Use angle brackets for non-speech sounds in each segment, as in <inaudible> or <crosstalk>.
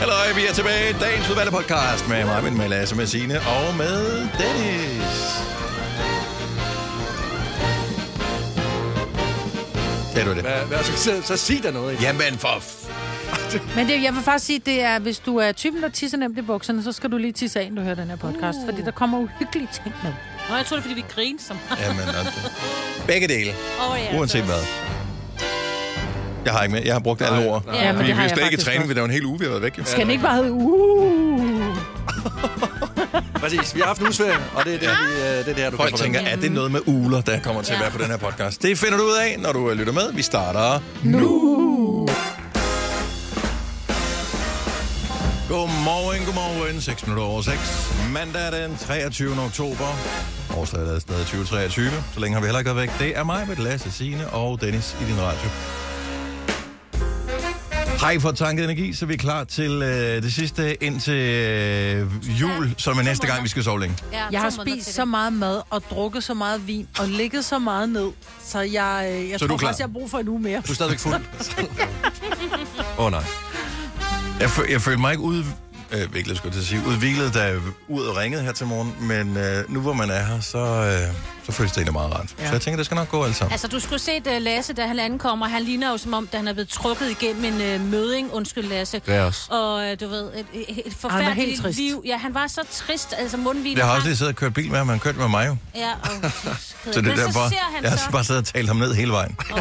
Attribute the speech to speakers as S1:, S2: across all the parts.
S1: Hallo, vi er tilbage i dagens udvalgte podcast med mig, med Lasse, med Signe og med Dennis. Det er du det.
S2: Hvad, hvad, så, så, så sig der noget, ikke?
S1: Jamen for... F-
S3: Men det, jeg vil faktisk sige, det er, hvis du er typen, der tisser nemt i bukserne, så skal du lige tisse af, inden du hører den her podcast, uh. fordi der kommer uhyggelige ting med.
S4: Nå, jeg tror det, er, fordi vi griner som
S1: Jamen, altså. og det- begge dele,
S4: Åh, ja.
S1: uanset hvad. Jeg har ikke med. Jeg har brugt alle ord.
S3: Ja, men
S1: vi
S3: det har
S1: vi er slet
S3: jeg
S1: ikke i
S3: faktisk
S1: træning,
S3: også.
S1: for det var en hel uge, vi har været væk. jo.
S3: Skal den ikke bare hedde, uh?
S2: Præcis, vi har haft en husferie, og det er det, vi, øh, det, er det her, du
S1: Folk
S2: kan
S1: tænker, er det noget med uler, der kommer til at være på den her podcast? Det finder du ud af, når du øh, lytter med. Vi starter nu. Godmorgen, godmorgen. 6 minutter over 6. Mandag den 23. oktober. Årslaget er stadig 2023. Så længe har vi heller ikke været væk. Det er mig, med Lasse Signe og Dennis i din radio. Hej for tanket energi, så vi er klar til øh, det sidste indtil øh, jul, som er næste gang, vi skal sove længe.
S4: ja
S3: Jeg
S4: to
S3: har
S4: måneder
S3: spist
S4: til
S3: så
S4: det.
S3: meget mad og drukket så meget vin og ligget så meget ned, så jeg, øh, jeg
S1: Så er
S3: så
S1: du
S3: tror
S1: klar?
S3: faktisk, jeg har brug for en uge mere.
S2: Du er stadigvæk
S3: <laughs>
S2: fuld. Åh, oh, nej.
S1: Jeg, føl, jeg følte mig ikke ud, øh, virkelig, skulle jeg til at sige, udviklet, da uret ringede her til morgen, men øh, nu hvor man er her, så, øh, så føles det egentlig meget rart. Ja. Så jeg tænker, det skal nok gå alt sammen.
S4: Altså, du skulle se uh, Lasse, da han ankommer. Han ligner jo, som om da han er blevet trukket igennem en uh, møding. Undskyld, Lasse.
S2: Det er også.
S4: Og uh, du ved, et, et, et
S3: var helt
S4: forfærdeligt
S3: trist.
S4: liv. Ja, han var så trist. Altså, mundvin.
S1: Jeg har også lige siddet og kørt bil med ham, han kørte med
S4: <laughs>
S1: mig jo.
S4: Ja,
S1: <laughs>
S4: og,
S1: Så det er
S4: men
S1: derfor,
S4: så ser han
S1: jeg har
S4: så...
S1: bare siddet og talt ham ned hele vejen.
S4: Oh,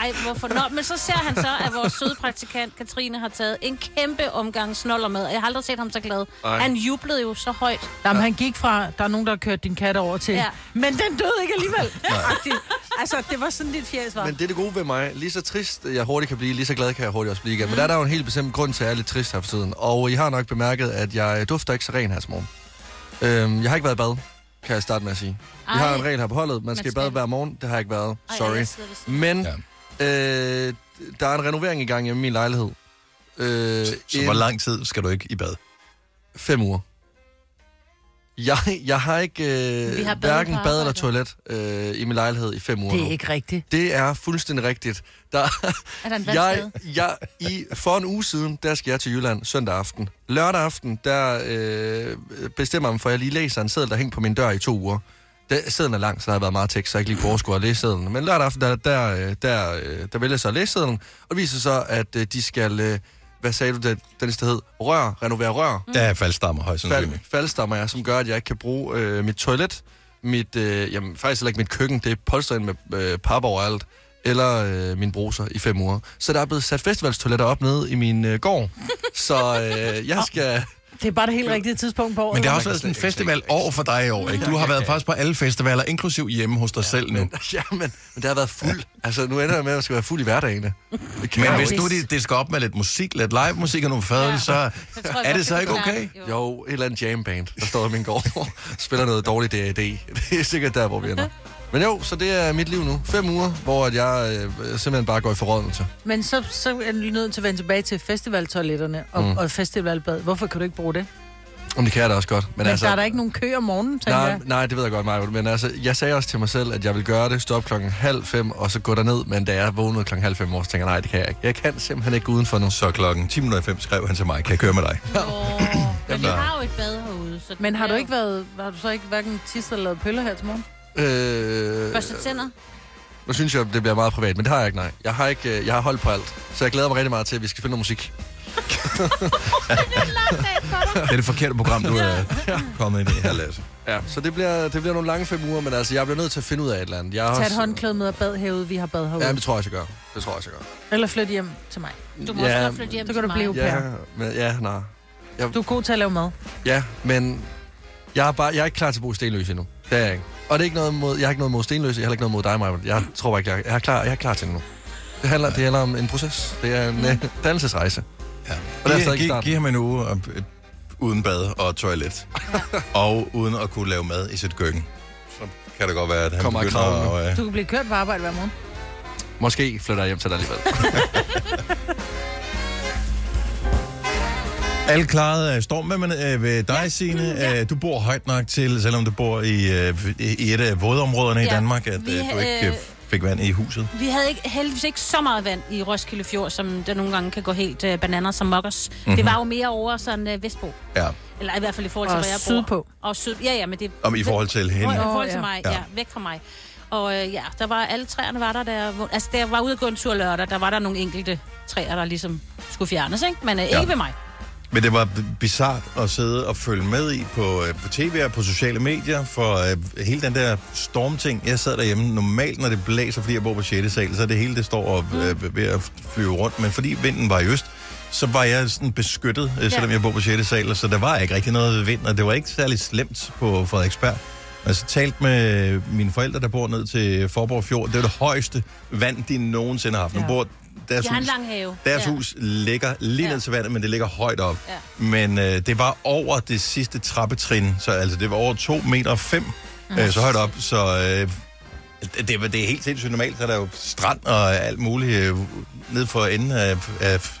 S4: ej, hvorfor? Nå, men så ser han så, at vores søde praktikant Katrine har taget en kæmpe omgang snoller med. Jeg har aldrig set ham så glad. Ej. Han jublede jo så højt.
S3: Jamen, han gik fra, der er nogen, der har kørt din kat over til,
S4: Ja.
S3: ja. men den døde ikke alligevel. Agtigt. altså, det var sådan lidt fjæs, var.
S2: Men det er det gode ved mig. Lige så trist jeg hurtigt kan blive, lige så glad kan jeg hurtigt også blive igen. Men der er der jo en helt bestemt grund til, at jeg er lidt trist her for tiden. Og I har nok bemærket, at jeg dufter ikke så ren her til morgen. Øhm, jeg har ikke været i bad, kan jeg starte med at sige. Vi har en regel her på holdet. Man skal, i bad
S4: skal.
S2: hver morgen. Det har jeg ikke været.
S4: Ej,
S2: Sorry.
S4: jeg sidder ved siden.
S2: Men øh, der er en renovering i gang hjemme i min lejlighed. Øh,
S1: Så
S2: en-
S1: hvor lang tid skal du ikke i bad?
S2: Fem uger. Jeg, jeg har ikke
S4: Vi
S2: øh,
S4: har
S2: har
S4: badet
S2: hverken
S4: på
S2: bad eller
S4: arbejde.
S2: toilet øh, i min lejlighed i fem uger
S3: Det
S2: nu.
S3: er ikke rigtigt.
S2: Det er fuldstændig rigtigt. Der,
S4: Er der en
S2: jeg,
S4: vandskade?
S2: jeg, i, for en uge siden, der skal jeg til Jylland søndag aften. Lørdag aften, der øh, bestemmer jeg mig for, at jeg lige læser en seddel, der hænger på min dør i to uger. Der, sedlen er lang, så der har været meget tekst, så jeg ikke lige kunne overskue at læse sedlen. Men lørdag aften, der, der, øh, der, øh, der vælger jeg så at læse sedlen, og det viser sig, at øh, de skal, øh, hvad sagde du, den, den sted hed, rør, renovere rør
S4: Mm.
S1: Der er faldstammer højst
S2: fald,
S1: sandsynligt.
S2: faldstammer jeg, som gør, at jeg ikke kan bruge øh, mit toilet, mit, øh, jamen faktisk heller ikke mit køkken, det er polstret ind med øh, pap overalt, eller øh, min bruser i fem uger. Så der er blevet sat festivalstoiletter op nede i min <laughs> øh, gård, så øh, jeg <laughs> skal...
S3: Det er bare det helt rigtige tidspunkt på året.
S1: Men det har
S3: hva'?
S1: også været sådan en
S2: slet ikke
S1: festival
S2: tænke-
S1: over for dig i år, ikke? Du har været faktisk
S2: <laughs>
S1: på alle festivaler, inklusiv hjemme hos dig selv nu.
S2: Jamen, men det har været fuld. Altså, nu ender jeg med, at jeg skal være fuld i hverdagene. Det kan
S1: Men
S2: jeg
S1: hvis
S2: jo
S1: nu det, det skal op med lidt musik, lidt live musik og nogle fadøl, så
S4: tror jeg
S1: er
S4: godt,
S1: det så
S4: kan
S1: ikke
S4: være.
S1: okay?
S2: ikke. jo, et eller andet jamband, der står i min gård og <laughs> spiller noget dårligt D.A.D. <laughs> Det er sikkert der, hvor vi ender. Men jo, så det er mit liv nu. Fem uger, hvor at jeg øh, simpelthen bare går i forrådnelse.
S3: Men så, så er du lige nødt til at vende tilbage til festivaltoiletterne og, mm. og festivalbad. Hvorfor kan du ikke bruge det? Men,
S2: Om det kan jeg da også godt. Men,
S3: altså, der er der ikke nogen kø om morgenen, tænker
S2: Nej,
S3: jeg.
S2: nej, det ved jeg godt, Maja, men altså, jeg sagde også til mig selv, at jeg ville gøre det, stå op klokken halv fem, og så gå derned, men da jeg vågnede klokken halv fem år, så tænkte jeg, nej, det kan jeg ikke. Jeg kan simpelthen ikke udenfor nu.
S1: Så klokken 10.05 skrev han til mig, kan jeg køre med dig?
S2: <laughs>
S4: Åh, men vi
S1: Ja.
S4: har jo et bad herude. Så
S3: Men har
S4: det
S3: du
S4: er
S3: ikke været, har du så ikke hverken tisset eller lavet pøller her til morgen?
S4: jo-
S2: Øh,
S4: Børste tænder?
S2: nu synes jeg, det bliver meget privat, men det har jeg ikke, nej. Jeg har, ikke, øh, jeg har holdt på alt, så jeg glæder mig rigtig meget til, at vi skal finde noget musik.
S1: Det er det forkerte program,
S4: <laughs>
S1: du øh, er kommet ind i her, Lasse.
S2: Ja, så det bliver, det bliver nogle lange fem uger, men altså, jeg bliver nødt til at finde ud af et eller andet. Jeg har
S3: Tag et
S2: også-
S3: håndklæde med og bad herude, vi har bad herude.
S2: Ja, det tror jeg også, jeg gør. Det tror jeg også, jeg gør.
S3: Eller flyt hjem til mig.
S4: Du må også
S2: Ja,
S4: godt flytte hjem
S3: så kan
S4: til
S3: du blive-
S4: mig.
S2: Ja, men, ja, nej.
S3: Du er god til at lave mad.
S2: Ja, men jeg er, bare, jeg er ikke klar til at bruge Stenløse endnu. Det er jeg ikke. Og det er ikke noget mod, jeg har ikke noget mod Stenløse, jeg har heller ikke noget mod dig, Maja. Jeg tror bare ikke, jeg, jeg, er klar, jeg er klar til det nu. Det handler, det handler om en proces. Det er en mm. dannelsesrejse.
S1: Ja.
S2: Og der er
S1: Giv,
S2: stadig
S1: giv,
S2: starten.
S1: giv ham en uge og, øh, uden bad og toilet.
S2: <laughs>
S1: og uden at kunne lave mad i sit køkken. Så kan det godt være, at han
S2: Kommer i
S1: begynder
S2: kravlen.
S1: at... Øh,
S3: Du kan blive kørt på arbejde hver morgen.
S2: Måske flytter jeg hjem til dig alligevel.
S1: alle klaret af stormen, men øh, ved dig, ja. Signe, øh, du bor højt nok til, selvom du bor i, øh, i et af vådområderne ja. i
S4: Ja.
S1: Danmark, at
S4: Vi,
S1: øh, du ikke øh,
S4: øh,
S1: fik vand i huset.
S4: Vi havde ikke, heldigvis ikke så meget vand i Roskilde Fjord, som der nogle gange kan gå helt øh, bananer som mokkers. Mm-hmm.
S1: Mhm.
S4: Det var jo mere over sådan øh, Vestbro.
S1: Ja.
S4: Eller i hvert fald i forhold til,
S3: Og
S4: hvor jeg bor.
S3: sydpå.
S4: Og syd, ja, ja, men det...
S1: Om i forhold til
S4: Nå,
S1: hende.
S4: I
S3: Åh,
S4: forhold
S3: ja.
S4: til mig, ja.
S1: Ja.
S4: ja. væk fra mig. Og øh, ja, der var alle træerne var der, da jeg, våg- altså, da jeg var ude at gå en tur lørdag, der var der nogle enkelte træer, der ligesom skulle fjernes, ikke? Men øh, ikke
S1: Ja.
S4: ved mig.
S1: Men det var b- bizart at sidde og følge med i på, øh, på tv og på sociale medier, for øh, hele den der stormting, jeg sad derhjemme, normalt når det blæser, fordi jeg bor på 6. sal, så er det hele, det står og,
S4: Mm.
S1: øh, ved at flyve rundt, men fordi vinden var i øst, så var jeg sådan beskyttet, øh, selvom
S4: Ja.
S1: jeg bor på 6. sal, så der var ikke rigtig noget vind, og det var ikke særlig slemt på Frederiksberg. Og så talte med mine forældre, der bor ned til Forborg Fjord. Det er det højeste vand, de nogensinde har haft. Nu
S3: Ja.
S1: bor deres
S4: Jeg har en
S1: hus
S4: lang have.
S1: deres
S4: ja.
S1: hus ligger lige
S4: Ja.
S1: ned til vandet, men det ligger højt op.
S4: Ja.
S1: Men øh, det var over det sidste trappetrin, så altså det var over 2 meter 5,
S4: Mm.
S1: øh, så højt op, så øh, det, det, var- det er helt sindssygt normalt, så er der jo strand og alt muligt øh, ned for enden af, af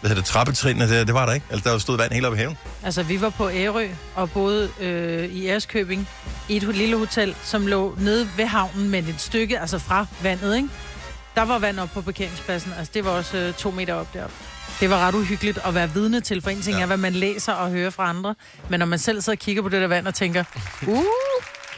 S1: hvad hedder det, trappetrinene, det, det var der ikke. Altså der stod vand helt op i haven.
S3: Altså, vi var på Ærø og boede øh, i Ærskøbing i et ho- lille hotel, som lå nede ved havnen, men et stykke altså fra vandet, ikke? Der var vand op på parkeringspladsen. Altså, det var også øh, to meter op deroppe. Det var ret uhyggeligt at være vidne til, for en ting
S1: Ja.
S3: ja. er, hvad man læser og hører fra andre. Men når man selv sidder og kigger på det der vand og tænker, uh,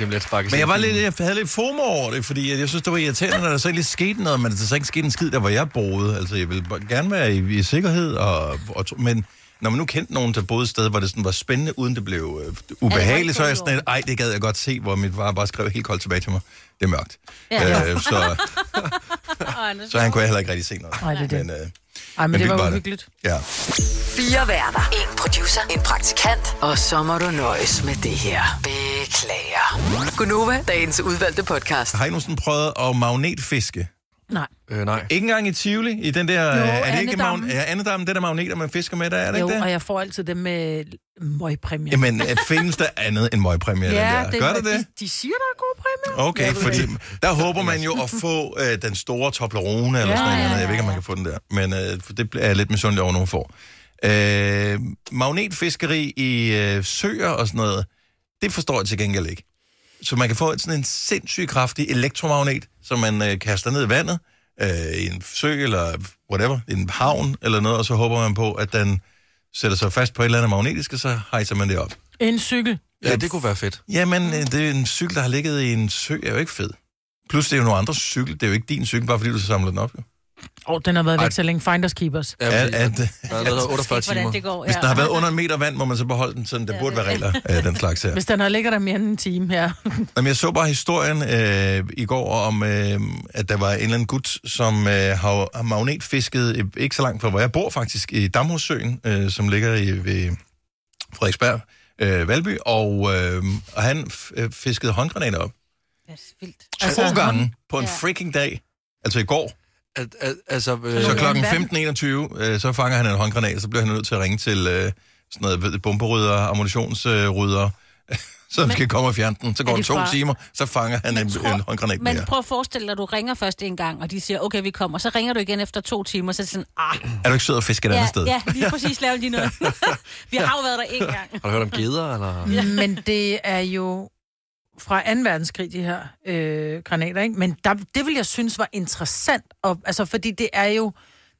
S2: Jamen, lad os sparke
S1: Men jeg, var lidt, jeg havde lidt FOMO over det, fordi jeg, jeg synes, det var irriterende, når der så ikke lige skete noget, men der så ikke skete en skid der, hvor jeg boede. Altså, jeg ville bare gerne være i, i sikkerhed, og, og, tro- men når man nu kendte nogen, der boede et sted, hvor det sådan var spændende, uden det blev øh, ubehageligt, så er jeg sådan lidt, ej, det gad jeg godt se, hvor mit far bare skrev helt koldt tilbage til mig. Det er mørkt.
S4: Ja.
S3: <laughs>
S1: Øh, så,
S4: Og Anders,
S1: så han kunne jeg heller ikke rigtig se noget.
S3: Nej, det er det.
S1: Men, øh,
S3: ej, men det
S1: vildt
S3: var uhyggeligt.
S1: Ja.
S5: Fire værter. En producer. En praktikant. Og så må du nøjes med det her. Beklager. Gunova, dagens udvalgte podcast.
S1: Har I nogensinde prøvet at magnetfiske?
S3: Nej.
S2: Øh, nej.
S1: Ikke engang i Tivoli, i den der... Jo, er det ikke
S3: Andedammen.
S1: magn- ja, Andedammen, det der magneter, man fisker med, der er det
S3: Jo,
S1: ikke det?
S3: og jeg får altid dem med møgpræmier.
S1: Jamen, at findes der andet end møgpræmier?
S3: ja,
S1: der?
S3: det,
S1: Gør
S3: det,
S1: det det?
S3: De, de siger, der er gode præmier.
S1: Okay, fordi der håber man jo at få øh, den store Toblerone eller
S3: Ja,
S1: sådan noget.
S3: ja,
S1: andet.
S3: ja,
S1: Jeg ved ikke, om man kan få den der, men øh, for det er jeg lidt misundelig over, nogen får. Øh, magnetfiskeri i øh, søer og sådan noget, det forstår jeg til gengæld ikke. Så man kan få sådan en sindssygt kraftig elektromagnet, som man øh, kaster ned i vandet, øh, i en sø eller whatever, i en havn eller noget, og så håber man på, at den sætter sig fast på et eller andet magnetisk, og så hejser man det op.
S3: En cykel.
S2: Ja, det kunne være fedt.
S1: Jamen, øh, det er en cykel, der har ligget i en sø, er jo ikke fed. Plus, det er jo nogle andres cykel. Det er jo ikke din cykel, bare fordi du så samler den op. Jo.
S3: Åh, oh, den har været
S2: Ej.
S3: væk så længe. Finders Keepers.
S2: Ja, at,
S1: At, at, at,
S2: der er lavet 48
S4: ikke, hvordan
S2: timer.
S4: det går.
S1: hvis den har været under en meter vand, må man så beholde den sådan. Der burde være regler af den slags her.
S3: Hvis den har ligget der mere end en time her.
S1: Jamen, jeg så bare historien øh, i går om, øh, at der var en eller anden gut, som øh, har, har magnetfisket øh, ikke så langt fra, hvor jeg bor faktisk, i Damhussøen, øh, som ligger i, ved Frederiksberg, øh, Valby, og, øh, og han f- øh, fiskede håndgranater op.
S4: Ja, det er vildt.
S1: To
S3: Altså,
S1: gange på en
S4: ja.
S1: freaking dag, altså i går.
S2: At, at, altså, øh,
S1: Så
S3: Ja.
S1: klokken
S3: Hvad?
S1: 15.21, øh, så fanger han en håndgranat, så bliver han nødt til at ringe til øh, sådan noget ved- bomberydere, ammunitionsrydere, <laughs> som skal komme og fjerne den. Så går
S4: Er
S1: det
S4: de
S1: to
S4: fra-
S1: timer, så fanger han en,
S4: tror-
S1: en håndgranat
S4: Men
S1: mere.
S4: prøv at forestille dig, at du ringer først en gang, og de siger, okay, vi kommer. Så ringer du igen efter to timer, så er det sådan, ah,
S1: Er du ikke sød at fiske et andet
S4: ja,
S1: sted?
S4: ja,
S1: <laughs>
S4: lige præcis laver lige noget. vi har jo været der en gang.
S2: har du hørt om geder, eller?
S3: <laughs> Men det er jo fra 2. verdenskrig, de her øh, granater, ikke? Men der, det vil jeg synes var interessant, og, altså, fordi det er jo...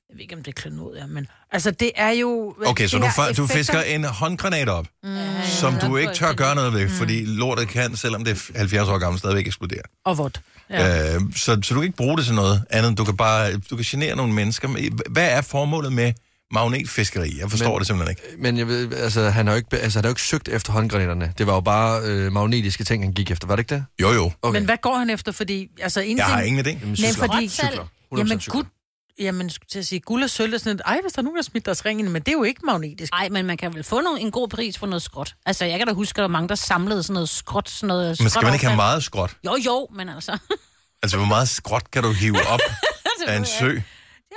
S3: Jeg ved ikke, om det er klønod, ja, men... Altså, det er jo...
S1: Okay, så
S3: det
S1: du,
S3: her
S1: fa- du
S3: effekter- Mm.
S1: fisker en håndgranat op,
S4: Ja,
S1: som
S4: ja,
S1: du
S4: ja.
S1: ikke tør gøre noget
S4: Mm.
S1: ved, fordi lortet kan, selvom det er 70 år gammel, stadigvæk eksplodere.
S3: Og vådt. Ja.
S1: Ja. Øh, så, så du kan ikke bruge det til noget andet. end Du kan bare du kan genere nogle mennesker. Men Hvad er formålet med magnetfiskeri? Jeg forstår
S2: Men-
S1: det simpelthen ikke.
S2: Men jeg ved, altså, han har jo ikke, be- altså, han har jo ikke søgt efter håndgranaterne. Det var jo bare øh, magnetiske ting, han gik efter. Var det ikke det?
S1: Jo, jo.
S3: Okay. Men hvad går han efter? Fordi, altså, en
S1: Jeg
S3: ting...
S1: har ingen idé.
S2: Jamen,
S3: Nej,
S2: cykler.
S3: fordi...
S4: Cykler.
S2: 100%
S3: Jamen,
S2: cykler.
S3: gud... Jamen, skulle til at sige, guld og sølv er sådan et, ej, hvis der er nogen, der har smidt deres ring ind, men det er jo ikke magnetisk.
S4: Nej, men man kan vel få nogen, en god pris for noget skråt. Altså, jeg kan da huske, at der var mange, der samlede sådan noget skråt. Sådan noget
S1: Men skal man ikke have
S4: skråtaffald.
S1: meget skråt?
S4: Jo, jo, men altså... <laughs>
S1: Altså, hvor meget skråt kan du hive op
S4: det
S1: af en
S4: ved jeg ikke.
S1: sø?
S4: Ja,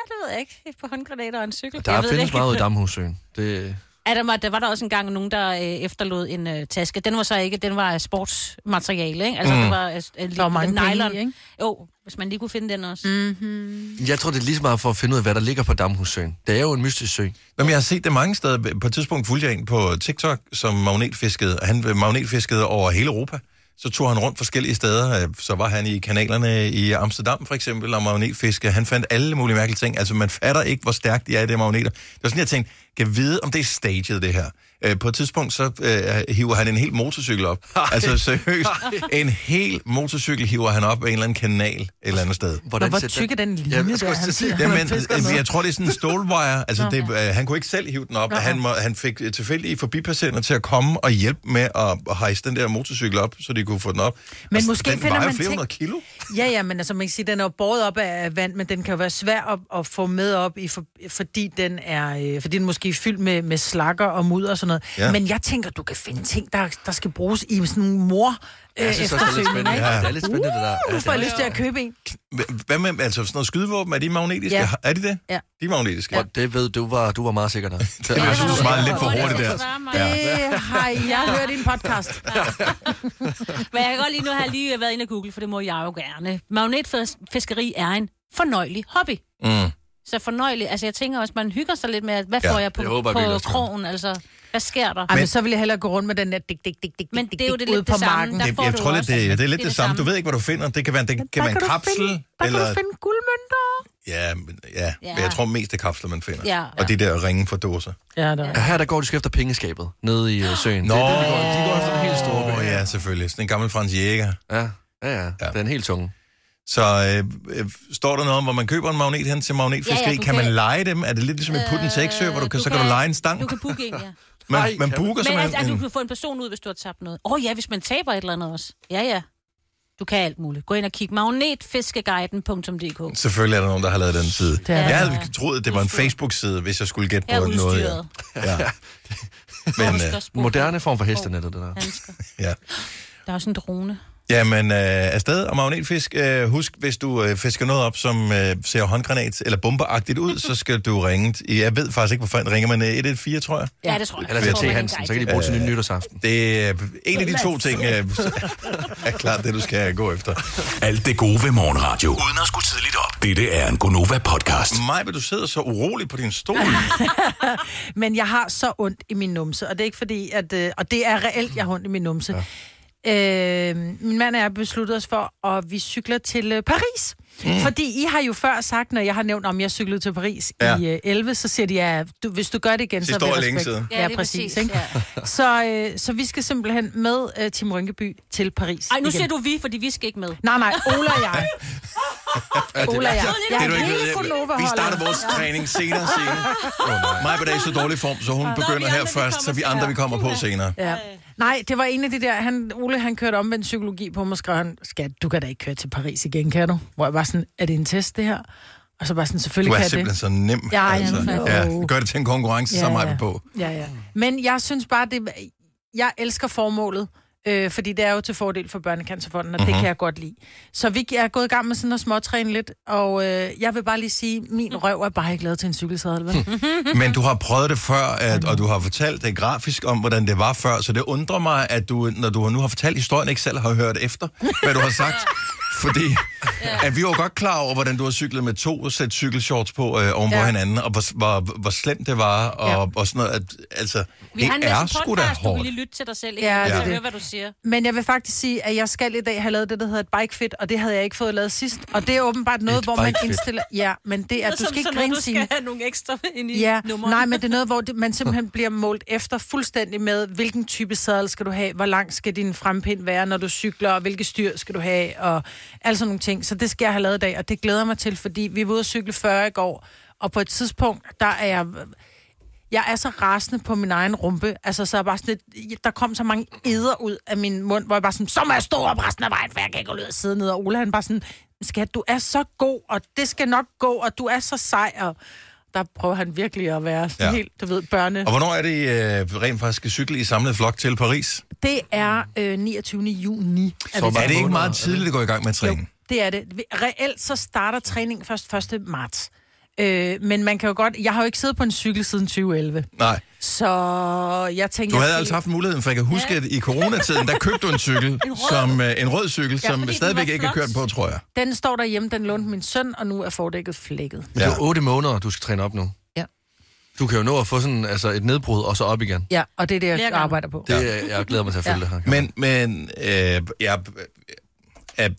S4: det ved jeg ikke. Et par håndgranater og en cykel.
S2: Der
S4: jeg ved det
S2: findes
S4: ikke.
S2: meget i
S4: <laughs>
S2: Damhussøen. Det,
S4: Ja, der, var, der var der også engang nogen, der øh, efterlod en øh, taske. Den var så ikke, den var af sportsmateriale, ikke? Altså, mm. det var, øh, øh,
S3: Der var mange penge i,
S4: nylon.
S3: ikke? Mm-hmm.
S4: Jo, hvis man lige kunne finde den også. Mm.
S2: jeg tror, det er lige så meget for at finde ud af, hvad der ligger på Damhussøen. Det er jo en mystisk sø.
S1: Nå, men jeg har set det mange steder. På et tidspunkt fulgte jeg en på TikTok, som magnetfiskede. Han magnetfiskede over hele Europa. Så tog han rundt forskellige steder. Øh, Så var han i kanalerne i Amsterdam, for eksempel, og magnetfiske. Han fandt alle mulige mærkelige ting. Altså, man fatter ikke, hvor stærkt de er, i de her magneter. Det var sådan, jeg tænkte, kan jeg vide, om det er staged, det her? Øh, På et tidspunkt, så øh, hiver han en hel motorcykel op. Ej.
S3: <laughs>
S1: Altså, seriøst. En hel motorcykel hiver han op af en eller anden kanal et eller andet sted.
S3: Nå, hvor tyk er den linje der, han siger,
S1: Jamen,
S3: han fisker
S1: øh,
S3: med?
S1: jeg tror, det er sådan en
S3: <laughs>
S1: stålwire. Altså,
S3: Nå.
S1: det, øh, han kunne ikke selv hive den op.
S3: Nå.
S1: Han, må, han fik øh, tilfældige forbipasserende til at komme og hjælpe med at, at hejse den der motorcykel op, så de kunne få den op. Altså,
S3: Men
S2: Altså,
S3: måske
S1: den
S3: finder
S1: vejer
S3: man
S1: flere
S3: ting-
S1: hundrede kilo.
S3: Ja, ja, men altså man kan sige, den er jo båret op af vand, men den kan jo være svær at, at få med op, i for, fordi den er øh, fordi den måske er fyldt med, med slakker og mudder og sådan noget.
S1: Ja.
S3: Ja. Men jeg tænker, du kan finde ting, der, der skal bruges i sådan en mor øh,
S2: Jeg synes også, det er lidt spændende.
S3: ikke?
S2: Ja. Det er lidt spændende, det der.
S3: Uh, nu får jeg lyst til at købe en.
S1: Hva- Hvad med altså, sådan noget skydevåben? Er de magnetiske?
S3: Ja.
S1: Er de det?
S3: Ja.
S1: De er magnetiske.
S2: Og det ved du, var, du var meget sikker der.
S1: <laughs>
S2: Det
S1: jeg synes, du svarede lidt for
S4: Hvor er det,
S1: hurtigt der.
S4: du svarer mig?
S3: Det har jeg hørt i en podcast.
S4: Men jeg kan godt lige nu have lige været inde og google, for det må jeg jo gerne. Magnetfiskeri er en fornøjelig hobby.
S1: Mm.
S4: Så fornøjelig, altså jeg tænker også, man hygger sig lidt med, at hvad
S1: Ja,
S4: får jeg på,
S2: jeg håber, jeg virkelig
S4: på
S2: også gør.
S4: krogen, altså hvad sker der?
S3: Ej, men så vil jeg hellere gå rundt med den der dik, dik, dik, dik,
S4: Men
S3: dik,
S4: det er jo
S3: dik,
S4: det
S3: ude
S4: lidt
S3: på
S4: det samme.
S3: marken.
S4: Der
S1: Det,
S4: får
S1: jeg
S4: du
S1: tror, det,
S4: også-
S1: det, det er
S4: det er
S1: lidt det
S4: det
S1: samme. Du
S4: samme.
S1: ved ikke, hvad du finder. Det kan være, det kan
S3: Der
S1: være en
S3: kan du
S1: kapsel.
S3: finde- Der kan du finde guldmønter.
S1: Ja, men, ja.
S4: Ja.
S1: Men jeg tror mest, det er kapsler, man finder.
S4: Ja.
S1: Og de der ringe for dåser.
S3: Ja, der.
S2: Her der går de sgu efter pengeskabet, nede i øh, søen.
S1: Nå,
S2: Det er det, de, går, de går efter den helt store.
S1: Åh, ja, selvfølgelig. Sådan en gammel fransk jæger.
S2: Ja, ja, ja. Den helt tunge.
S1: Så øh, øh, står der noget om, hvor man køber en magnet hen til magnetfiskeri?
S4: Ja,
S1: Ja,
S4: ja,
S1: ja,
S4: du
S1: kan, kan man
S4: kan- Øh,
S1: lege dem? Er det lidt ligesom i Putten Texø, hvor du kan, så kan du lege en stang?
S4: Du kan booke <laughs> en, ja.
S1: man,
S2: Nej,
S1: man
S2: kan-
S1: booker
S4: Men
S1: simpelthen
S4: altså, at du
S1: en...
S4: kan få en person ud, hvis du har tabt noget. Åh oh, ja, hvis man taber et eller andet også. Ja, ja. Du kan alt muligt. Gå ind og kig magnetfiskeguiden.dk.
S1: <laughs> Selvfølgelig er der nogen, der har lavet den side.
S3: er der.
S1: jeg havde troet, det var en Facebook-side, hvis jeg skulle gætte
S4: Her er
S1: på noget. Ja.
S4: udstyret.
S2: <laughs>
S1: Ja. Men, øh,
S2: Moderne form for hestenettet, det der.
S4: Dansker.
S1: ja.
S4: Der er også en drone.
S1: Jamen, øh, afsted og magnetfisk. Øh, husk, hvis du øh, fisker noget op, som øh, ser håndgranat eller bomberagtigt ud, så skal du ringe. t- Jeg ved faktisk ikke, hvorfor fanden ringer man. Øh, 114, tror jeg. Øh,
S4: Ja, det tror jeg.
S2: Eller
S4: Jeg
S2: til
S4: tror,
S2: T.
S4: man
S2: Hansen,
S4: guide
S2: så kan
S4: til
S2: de bruge til ny nytårsaften.
S1: Det er en af de to ting, øh, <laughs> er klart det, du skal gå efter.
S6: Alt det gode ved morgenradio. Uden at skulle tidligt op. Dette er en Gonova-podcast.
S1: Maja, du sidder så urolig på din stol.
S3: Men jeg har så ondt i min numse, og det er ikke fordi, at... Øh, og det er reelt, jeg har ondt i min numse. Ja. Øh, min mand og jeg besluttede os for, at vi cykler til øh, Paris. Mm. Fordi I har jo før sagt, når jeg har nævnt, om jeg cyklede til Paris
S1: Ja.
S3: ja. i øh, 11, så siger de, ja, du, hvis du gør det igen,
S1: Sidste
S3: så er
S1: år er
S3: det
S1: længe
S3: respekt.
S1: siden.
S4: Ja,
S3: Ja,
S4: lige
S3: præcis.
S4: præcis,
S3: Ikke? Ja. <laughs> Så, øh, så vi skal simpelthen med øh, Tim Rynkeby til Paris
S4: Ej, nu
S3: igen.
S4: siger du vi, fordi vi skal ikke med.
S3: Nej, nej, Ola og
S4: <laughs>
S3: jeg. Ola og jeg.
S4: Det
S3: Jeg
S4: er
S1: Altså, du
S3: er en
S1: ikke ved,
S3: lille Gunova
S1: Vi starter vores træning senere senere. Oh, Maja er i så dårlig form, så hun
S4: vi
S1: begynder her
S4: andre, vi
S1: først, så vi
S4: kommer
S1: andre vi kommer på senere.
S3: Ja. Nej, det var en af de der, han, Ole han kørte omvendt psykologi på mig, og skrev han, skat, du kan da ikke køre til Paris igen, kan du? Hvor jeg var sådan, er det en test det her? Og så var jeg sådan,
S1: Du
S3: selvfølgelig
S1: er
S3: kan jeg
S1: simpelthen
S3: det.
S1: så nem. altså.
S3: Ja, ja,
S1: ja.
S3: no.
S1: Gør det til en konkurrence, så meget vi på.
S3: Ja, ja. Men jeg synes bare, det, jeg elsker formålet, øh, fordi det er jo til fordel for Børnecancerfonden,
S1: Mhm.
S3: og mm-hmm. det kan jeg godt lide. Så vi er gået i gang med sådan at småtræne lidt, og øh, jeg vil bare lige sige, min røv er bare ikke lavet til en cykelsadel, vel?
S1: <laughs> Men du har prøvet det før, at, og du har fortalt det grafisk om, hvordan det var før, så det undrer mig, at du, når du nu har fortalt historien, ikke selv har hørt efter, hvad du har sagt. Fordi at vi var godt klar over, hvordan du har cyklet med to sæt cykelshorts på øh, oven på
S3: Ja.
S1: hinanden, og hvor, hvor, hvor slemt det var, og,
S3: Ja.
S1: og sådan noget. At, altså,
S4: Vi
S1: det
S4: har en
S1: er
S4: masse
S1: sgu da
S4: podcast, du kan
S1: hårdt.
S4: lige lytte til dig selv.
S3: Ja,
S4: Ja,
S3: det
S4: det
S3: er
S4: Så
S3: det.
S4: hør, hvad du siger.
S3: Men jeg vil faktisk sige, at jeg skal i dag have lavet det, der hedder et bike fit, og det havde jeg ikke fået lavet sidst. Og det er åbenbart noget,
S2: Et
S3: et hvor man
S2: bike fit.
S3: indstiller... Ja, men det er, du skal ikke
S4: Du
S3: grine,
S4: skal
S3: Signe.
S4: have nogle ekstra ind i
S3: Ja,
S4: nummeret.
S3: nej, men det er noget, hvor det, man simpelthen bliver målt efter fuldstændig med, hvilken type sadel skal du have, hvor lang skal din frempind være, når du cykler, og hvilke styr skal du have, og alle sådan nogle ting. Så det skal jeg have lavet i dag, og det glæder jeg mig til, fordi vi var ude at cykle 40 i går, og på et tidspunkt, der er jeg... Jeg er så rasende på min egen rumpe, altså så er jeg bare sådan lidt, der kom så mange æder ud af min mund, hvor jeg bare sådan, så må jeg stå op resten af vejen, for jeg kan ikke gå ud og sidde ned, og Ola han bare sådan, skat, du er så god, og det skal nok gå, og du er så sej, og der prøver han virkelig at være
S1: Ja.
S3: sådan ja. helt, du ved, børne.
S1: Og hvornår er det, I øh, rent faktisk skal cykle i samlet flok til Paris?
S3: Det er øh, 29. juni.
S2: Så
S3: vi-
S1: Er det ikke
S2: måneder,
S1: meget tidligt at gå i gang med at
S3: Jo,
S1: træne?
S3: det er det. Vi- Reelt så starter træningen først 1. marts. Øh, men man kan jo godt... Jeg har jo ikke siddet på en cykel siden 2011,
S1: Nej.
S3: så jeg tænker...
S1: Du
S3: jeg
S1: havde
S3: skal-
S1: altså haft muligheden, for jeg kan huske, at i coronatiden, der købte du en cykel, en rød, som, øh, en rød cykel,
S4: fordi
S1: som
S4: den
S1: stadigvæk
S4: var
S1: ikke er
S4: flot.
S1: kørt på, tror jeg.
S3: Den står derhjemme, den lånte min søn, og nu er fordækket flækket.
S2: Men det er otte måneder, du skal træne op nu.
S3: Ja.
S2: Du kan jo nå at få sådan altså et nedbrud, og så op igen.
S7: Ja, og det er det, jeg
S3: Flere gange.
S7: arbejder på.
S2: Det, er- jeg glæder mig til at følge
S7: Ja.
S2: det her. Karen.
S1: Men, men øh, jeg er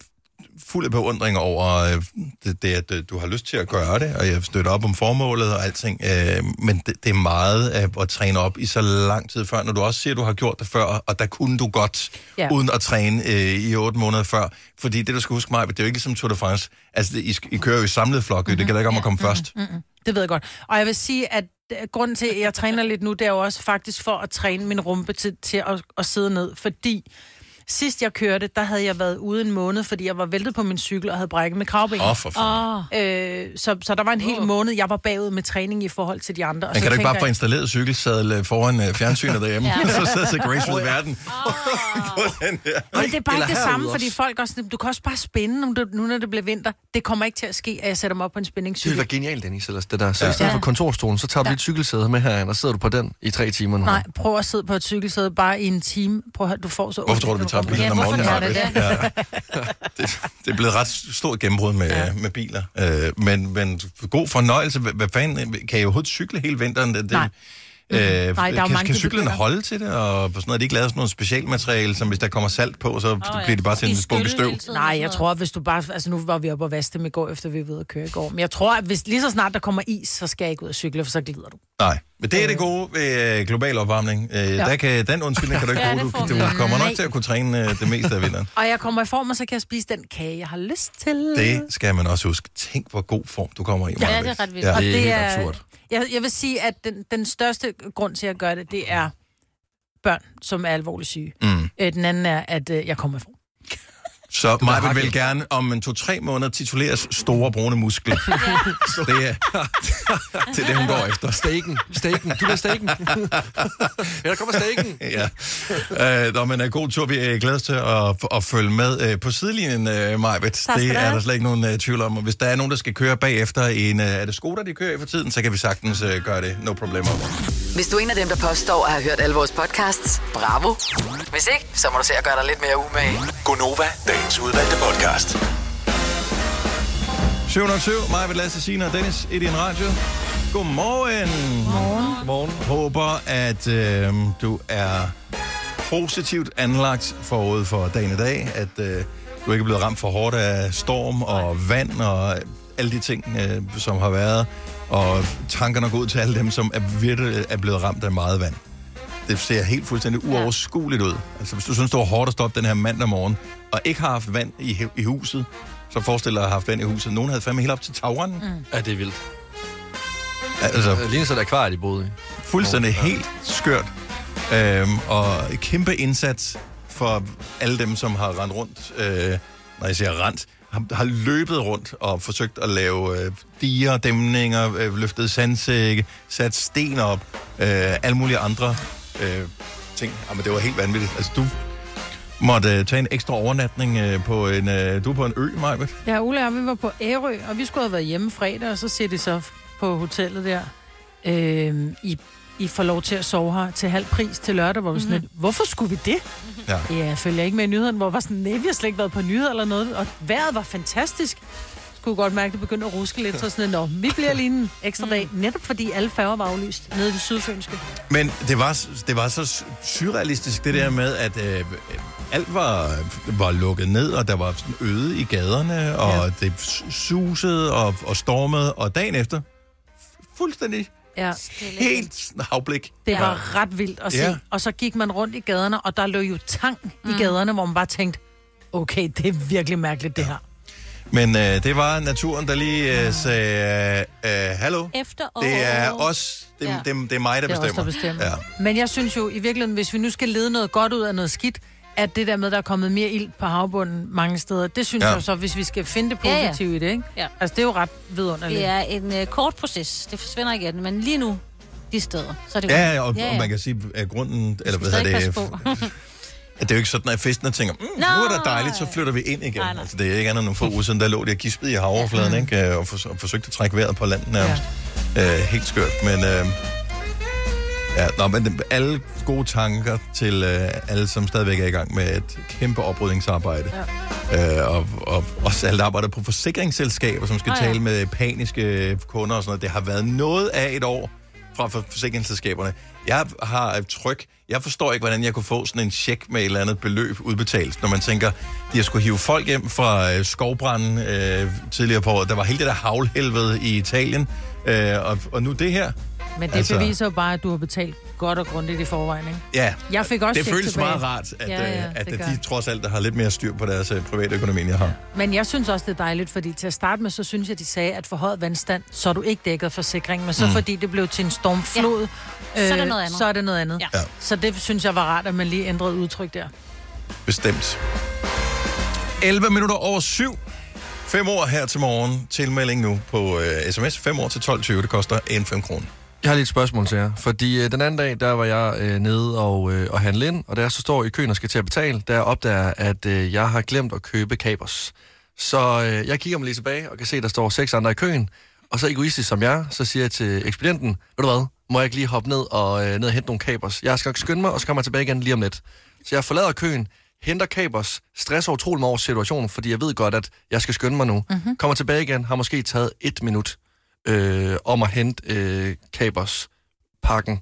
S1: fuld af beundring over øh, det, det, at øh, du har lyst til at gøre det, og jeg støtter op om formålet og alting, øh, men det, det er meget at, at træne op i så lang tid før, når du også siger, at du har gjort det før, og der kunne du godt, ja.
S7: Ja.
S1: uden at træne øh, i otte måneder før. Fordi det, du skal huske mig, det er jo ikke ligesom Tour de France. Altså, det, I, sk- I kører jo i samlet flok, mm-hmm. det gælder ikke om at komme mm-hmm. først.
S3: Det ved jeg godt. Og jeg vil sige, at øh, grunden til, at jeg træner lidt nu, det er jo også faktisk for at træne min rumpe til, til at, at sidde ned. Fordi sidst jeg kørte, der havde jeg været ude en måned, fordi jeg var væltet på min cykel og havde brækket med kravben.
S1: Åh, oh, for fanden.
S4: Åh,
S3: Øh, så, så der var en hel måned, jeg var bagud med træning i forhold til de andre.
S1: Man
S3: Og så
S1: kan da ikke bare
S3: tænker
S1: få
S3: jeg-
S1: installeret cykelsadel øh, foran øh, fjernsynet derhjemme, ja. <laughs> så sidder til Graceful Verden <laughs> på den her.
S3: Men det er bare
S2: Eller
S3: ikke det
S2: herude
S3: samme, fordi
S2: også.
S3: folk også... Du kan også bare spænde, om du, nu når det bliver vinter. Det kommer ikke til at ske, at jeg sætter mig op på en
S2: Det ville
S3: spændingscykel.
S2: være genialt, Dennis, ellers det der. Så
S1: Ja.
S2: i stedet
S3: Ja.
S2: for kontorstolen, så tager du dit cykelsæde med herind, og sidder du på den i tre timer nu.
S3: Nej, prøv at sidde på et cykelsæde bare i en time. Prøv at, høre, du får så...
S1: Hvorfor
S3: ondt
S1: tror du,
S3: i
S1: vi tager
S3: rummet.
S1: bilerne om
S4: hvorfor
S1: morgenen?
S4: tager vi
S1: Maja? Ja. Det, det er blevet ret stort gennembrud med, ja. med biler. Øh, men, men god fornøjelse. Hvad, hvad fanden, øh, kan I overhovedet cykle hele vinteren? Det, det-
S3: Nej.
S1: Øh, Nej,
S3: der er jo
S1: kan,
S3: mange,
S1: kan
S3: der
S1: cyklen
S3: begynder.
S1: holde til det? Og sådan noget, de ikke lavet sådan noget specialmateriale, som hvis der kommer salt på, så oh,
S4: ja.
S1: ja. bliver det bare til
S4: I
S1: en bunke
S4: skylden
S1: støv.
S4: hele tiden og
S3: Nej,
S4: sådan
S3: jeg
S4: noget.
S3: tror, at hvis du bare... Altså, nu var vi oppe og vaske dem i går, efter vi var ude at køre i går. Men jeg tror, at hvis, lige så snart der kommer is, så skal jeg ikke ud og cykle, for så glider du.
S1: Nej, men det er det gode ved øh, global opvarmning. Øh, der kan, den undskyldning kan du ikke
S4: Ja,
S1: bruge.
S4: det får Mm.
S1: Du,
S4: vi.
S1: du kommer nok
S3: Nej.
S1: til at kunne træne øh, det meste af vinteren.
S3: Og jeg kommer i form, og så kan jeg spise den kage, jeg har lyst til.
S1: Det skal man også huske. Tænk, hvor god form du kommer i. Maja.
S4: det er ret vildt.
S1: Ja.
S3: Og det
S2: helt
S3: er,
S2: absurd.
S3: Jeg, jeg vil sige, at den, den største grund til, at jeg gør det, det er børn, som er alvorligt syge.
S1: Mm.
S3: Øh, den anden er, at øh, jeg kommer i form.
S1: Så Maja vil gerne om en to-tre måneder tituleres store brune muskel. Så det er til <laughs> det, hun går efter.
S2: Staken, staken, du er
S1: <laughs>
S2: staken. ja, der kommer staken.
S1: Ja. Øh, nå, men øh, god tur. Vi øh, glæder os til at, at følge med øh, på sidelinjen, øh, Majbet.
S4: skal
S1: Det
S4: du
S1: er
S4: have.
S1: der slet ikke nogen øh, tvivl om. Og hvis der er nogen, der skal køre bagefter en... Øh, er det Skoda, de kører i for tiden? Så kan vi sagtens øh, gøre det. No problemer.
S5: Hvis du er en af dem, der påstår at have hørt alle vores podcasts, bravo. Hvis ikke, så må du se at gøre dig lidt mere umage.
S6: Gonova, dagens udvalgte podcast.
S1: 707, Majbet, Lasse, Signe og Dennis i din radio. Godmorgen.
S2: Morgen.
S1: håber, at øh, du er positivt anlagt forud for dagen i dag, at øh, du ikke er blevet ramt for hårdt af storm og vand og alle de ting, øh, som har været, og tankerne går ud til alle dem, som er, virkelig er blevet ramt af meget vand. Det ser helt fuldstændig uoverskueligt ud. Altså, hvis du synes, det var hårdt at stoppe den her mandag morgen, og ikke har haft vand i, hu- i huset, så forestil dig at have haft vand i huset. Nogen havde fandme helt op til tagrenden. Mm.
S2: Ja, det er vildt.
S1: Altså,
S2: Det ligner så et akvarie, de boede i.
S1: Fuldstændig helt skørt. Øhm, og kæmpe indsats for alle dem, som har rendt rundt. Øh, når jeg siger rent, har, har løbet rundt og forsøgt at lave øh, diger, dæmninger, øh, løftet sandsække, sat sten op, øh, alle mulige andre øh, ting. Jamen, det var helt vanvittigt. Altså, du måtte øh, tage en ekstra overnatning øh, på en... Øh, du er på en ø, Majbet.
S3: Ja, Ole og jeg, vi var på Ærø, og vi skulle have været hjemme fredag, og så siger de så på hotellet der, øh, I, I får lov til at sove her til halv pris til lørdag, hvor vi sådan lidt, hvorfor skulle vi det?
S1: Ja.
S3: <laughs> Ja, følger jeg ikke med i nyheden, hvor jeg var sådan, nej, vi har slet ikke været på nyheder eller noget, og vejret var fantastisk. Skulle godt mærke, at det begyndte at ruske lidt, så sådan lidt, nå, vi bliver lige en ekstra dag,
S1: Mm.
S3: netop fordi alle færger var aflyst nede i det sydfynske.
S1: Men det var, det var så surrealistisk, det der med, at øh, alt var, var lukket ned, og der var sådan øde i gaderne, og ja. det su- susede og, og stormede, og dagen efter, fu- fuldstændig
S3: Ja.
S1: helt sådan havblik.
S3: Det var ret vildt at se.
S1: Ja.
S3: Ja. Og så gik man rundt i gaderne, og der lå jo tang mm. i gaderne, hvor man bare tænkte, okay, det er virkelig mærkeligt, det her.
S1: Men øh, det var naturen, der lige øh, sagde, øh, øh, hallo,
S4: Efter år.
S1: det er os, det, ja.
S4: Ja.
S1: det, det, det er mig, der
S3: Det er
S1: bestemmer.
S3: os, der bestemmer.
S1: Ja.
S3: Men jeg synes jo i virkeligheden, hvis vi nu skal lede noget godt ud af noget skidt, at det der med, at der er kommet mere ild på havbunden mange steder, det synes
S1: Ja.
S3: ja. jeg jo så, hvis vi skal finde det
S4: Ja, ja.
S3: positive ja, ja. i det, ikke?
S4: Ja.
S3: Altså, det er jo ret vidunderligt.
S4: Det
S3: Ja.
S4: er en øh, kort proces. Det forsvinder ikke af den, men lige nu, de steder, så er det
S1: Ja,
S4: godt.
S1: ja, og, ja, ja. og man kan sige, at grunden... Eller, hvad
S4: stadig
S1: hedder det, <laughs>
S4: passe
S1: at det er jo ikke sådan, at festen tænker, mm, nu er det dejligt, så flytter vi ind igen. Nej,
S4: Nej,
S1: nej.
S4: nej.
S1: Altså, det er ikke andet end nogle få uger siden, der lå det og gispede i havoverfladen, ikke? Øh, Og, for, og forsøgte at trække vejret på landet nærmest. Ja. Øh, helt skørt, men... Øh, ja, nå, men øh, alle gode tanker til øh, alle, som stadigvæk er i gang med et kæmpe oprydningsarbejde. Ja. Øh, og, og også alle, der arbejder på forsikringsselskaber, som skal
S4: Nå,
S1: ja.
S4: ja.
S1: tale med paniske kunder og sådan noget. Det har været noget af et år fra for- forsikringsselskaberne. Jeg har et tryk. Jeg forstår ikke, hvordan jeg kunne få sådan en check med et eller andet beløb udbetalt, når man tænker, de har skulle hive folk hjem fra øh, skovbranden øh, tidligere på året. Der var hele det der havlhelvede i Italien, øh, og, og nu det her.
S3: Men det altså...
S1: Altså-
S3: beviser jo bare, at du har betalt godt og grundigt i forvejen, ikke?
S1: Ja,
S3: Jeg fik også
S1: det
S3: check
S1: føles
S3: tilbage.
S1: meget rart, at, ja, ja, at
S3: det
S1: det
S3: gør
S1: de
S3: det.
S1: trods alt har lidt mere styr på deres øh, private økonomi, end jeg har.
S3: Men jeg synes også, det er dejligt, fordi til at starte med, så synes jeg, de sagde, at for højt vandstand, så er du ikke dækket af forsikring, men så
S1: Mm.
S3: mm. fordi det blev til en stormflod, øh,
S4: Ja. Så er det noget andet.
S3: så er det noget andet.
S4: Ja.
S1: Ja.
S3: Så det synes jeg var rart, at man lige ændrede udtryk der.
S1: Bestemt. 11 minutter over syv. 5 år her til morgen. Tilmelding nu på øh, sms. 5 år til 12.20. Det koster en 5 kroner.
S2: Jeg har lige et spørgsmål til jer, fordi øh, den anden dag, der var jeg øh, nede og, øh, og handle ind, og da jeg så står i køen og skal til at betale, der opdager jeg, at øh, jeg har glemt at købe kapers. Så øh, jeg kigger mig lige tilbage og kan se, at der står seks andre i køen, og så egoistisk som jeg, så siger jeg til ekspedienten, ved du hvad, må jeg ikke lige hoppe ned og, øh, ned og hente nogle kapers? Jeg skal nok skynde mig, og så kommer jeg tilbage igen lige om lidt. Så jeg forlader køen, henter kapers, stresser utrolig meget over situationen, fordi jeg ved godt, at jeg skal skynde mig nu. Mm-hmm. Kommer tilbage igen, har måske taget et minut øh, om at hente øh, Kapers-pakken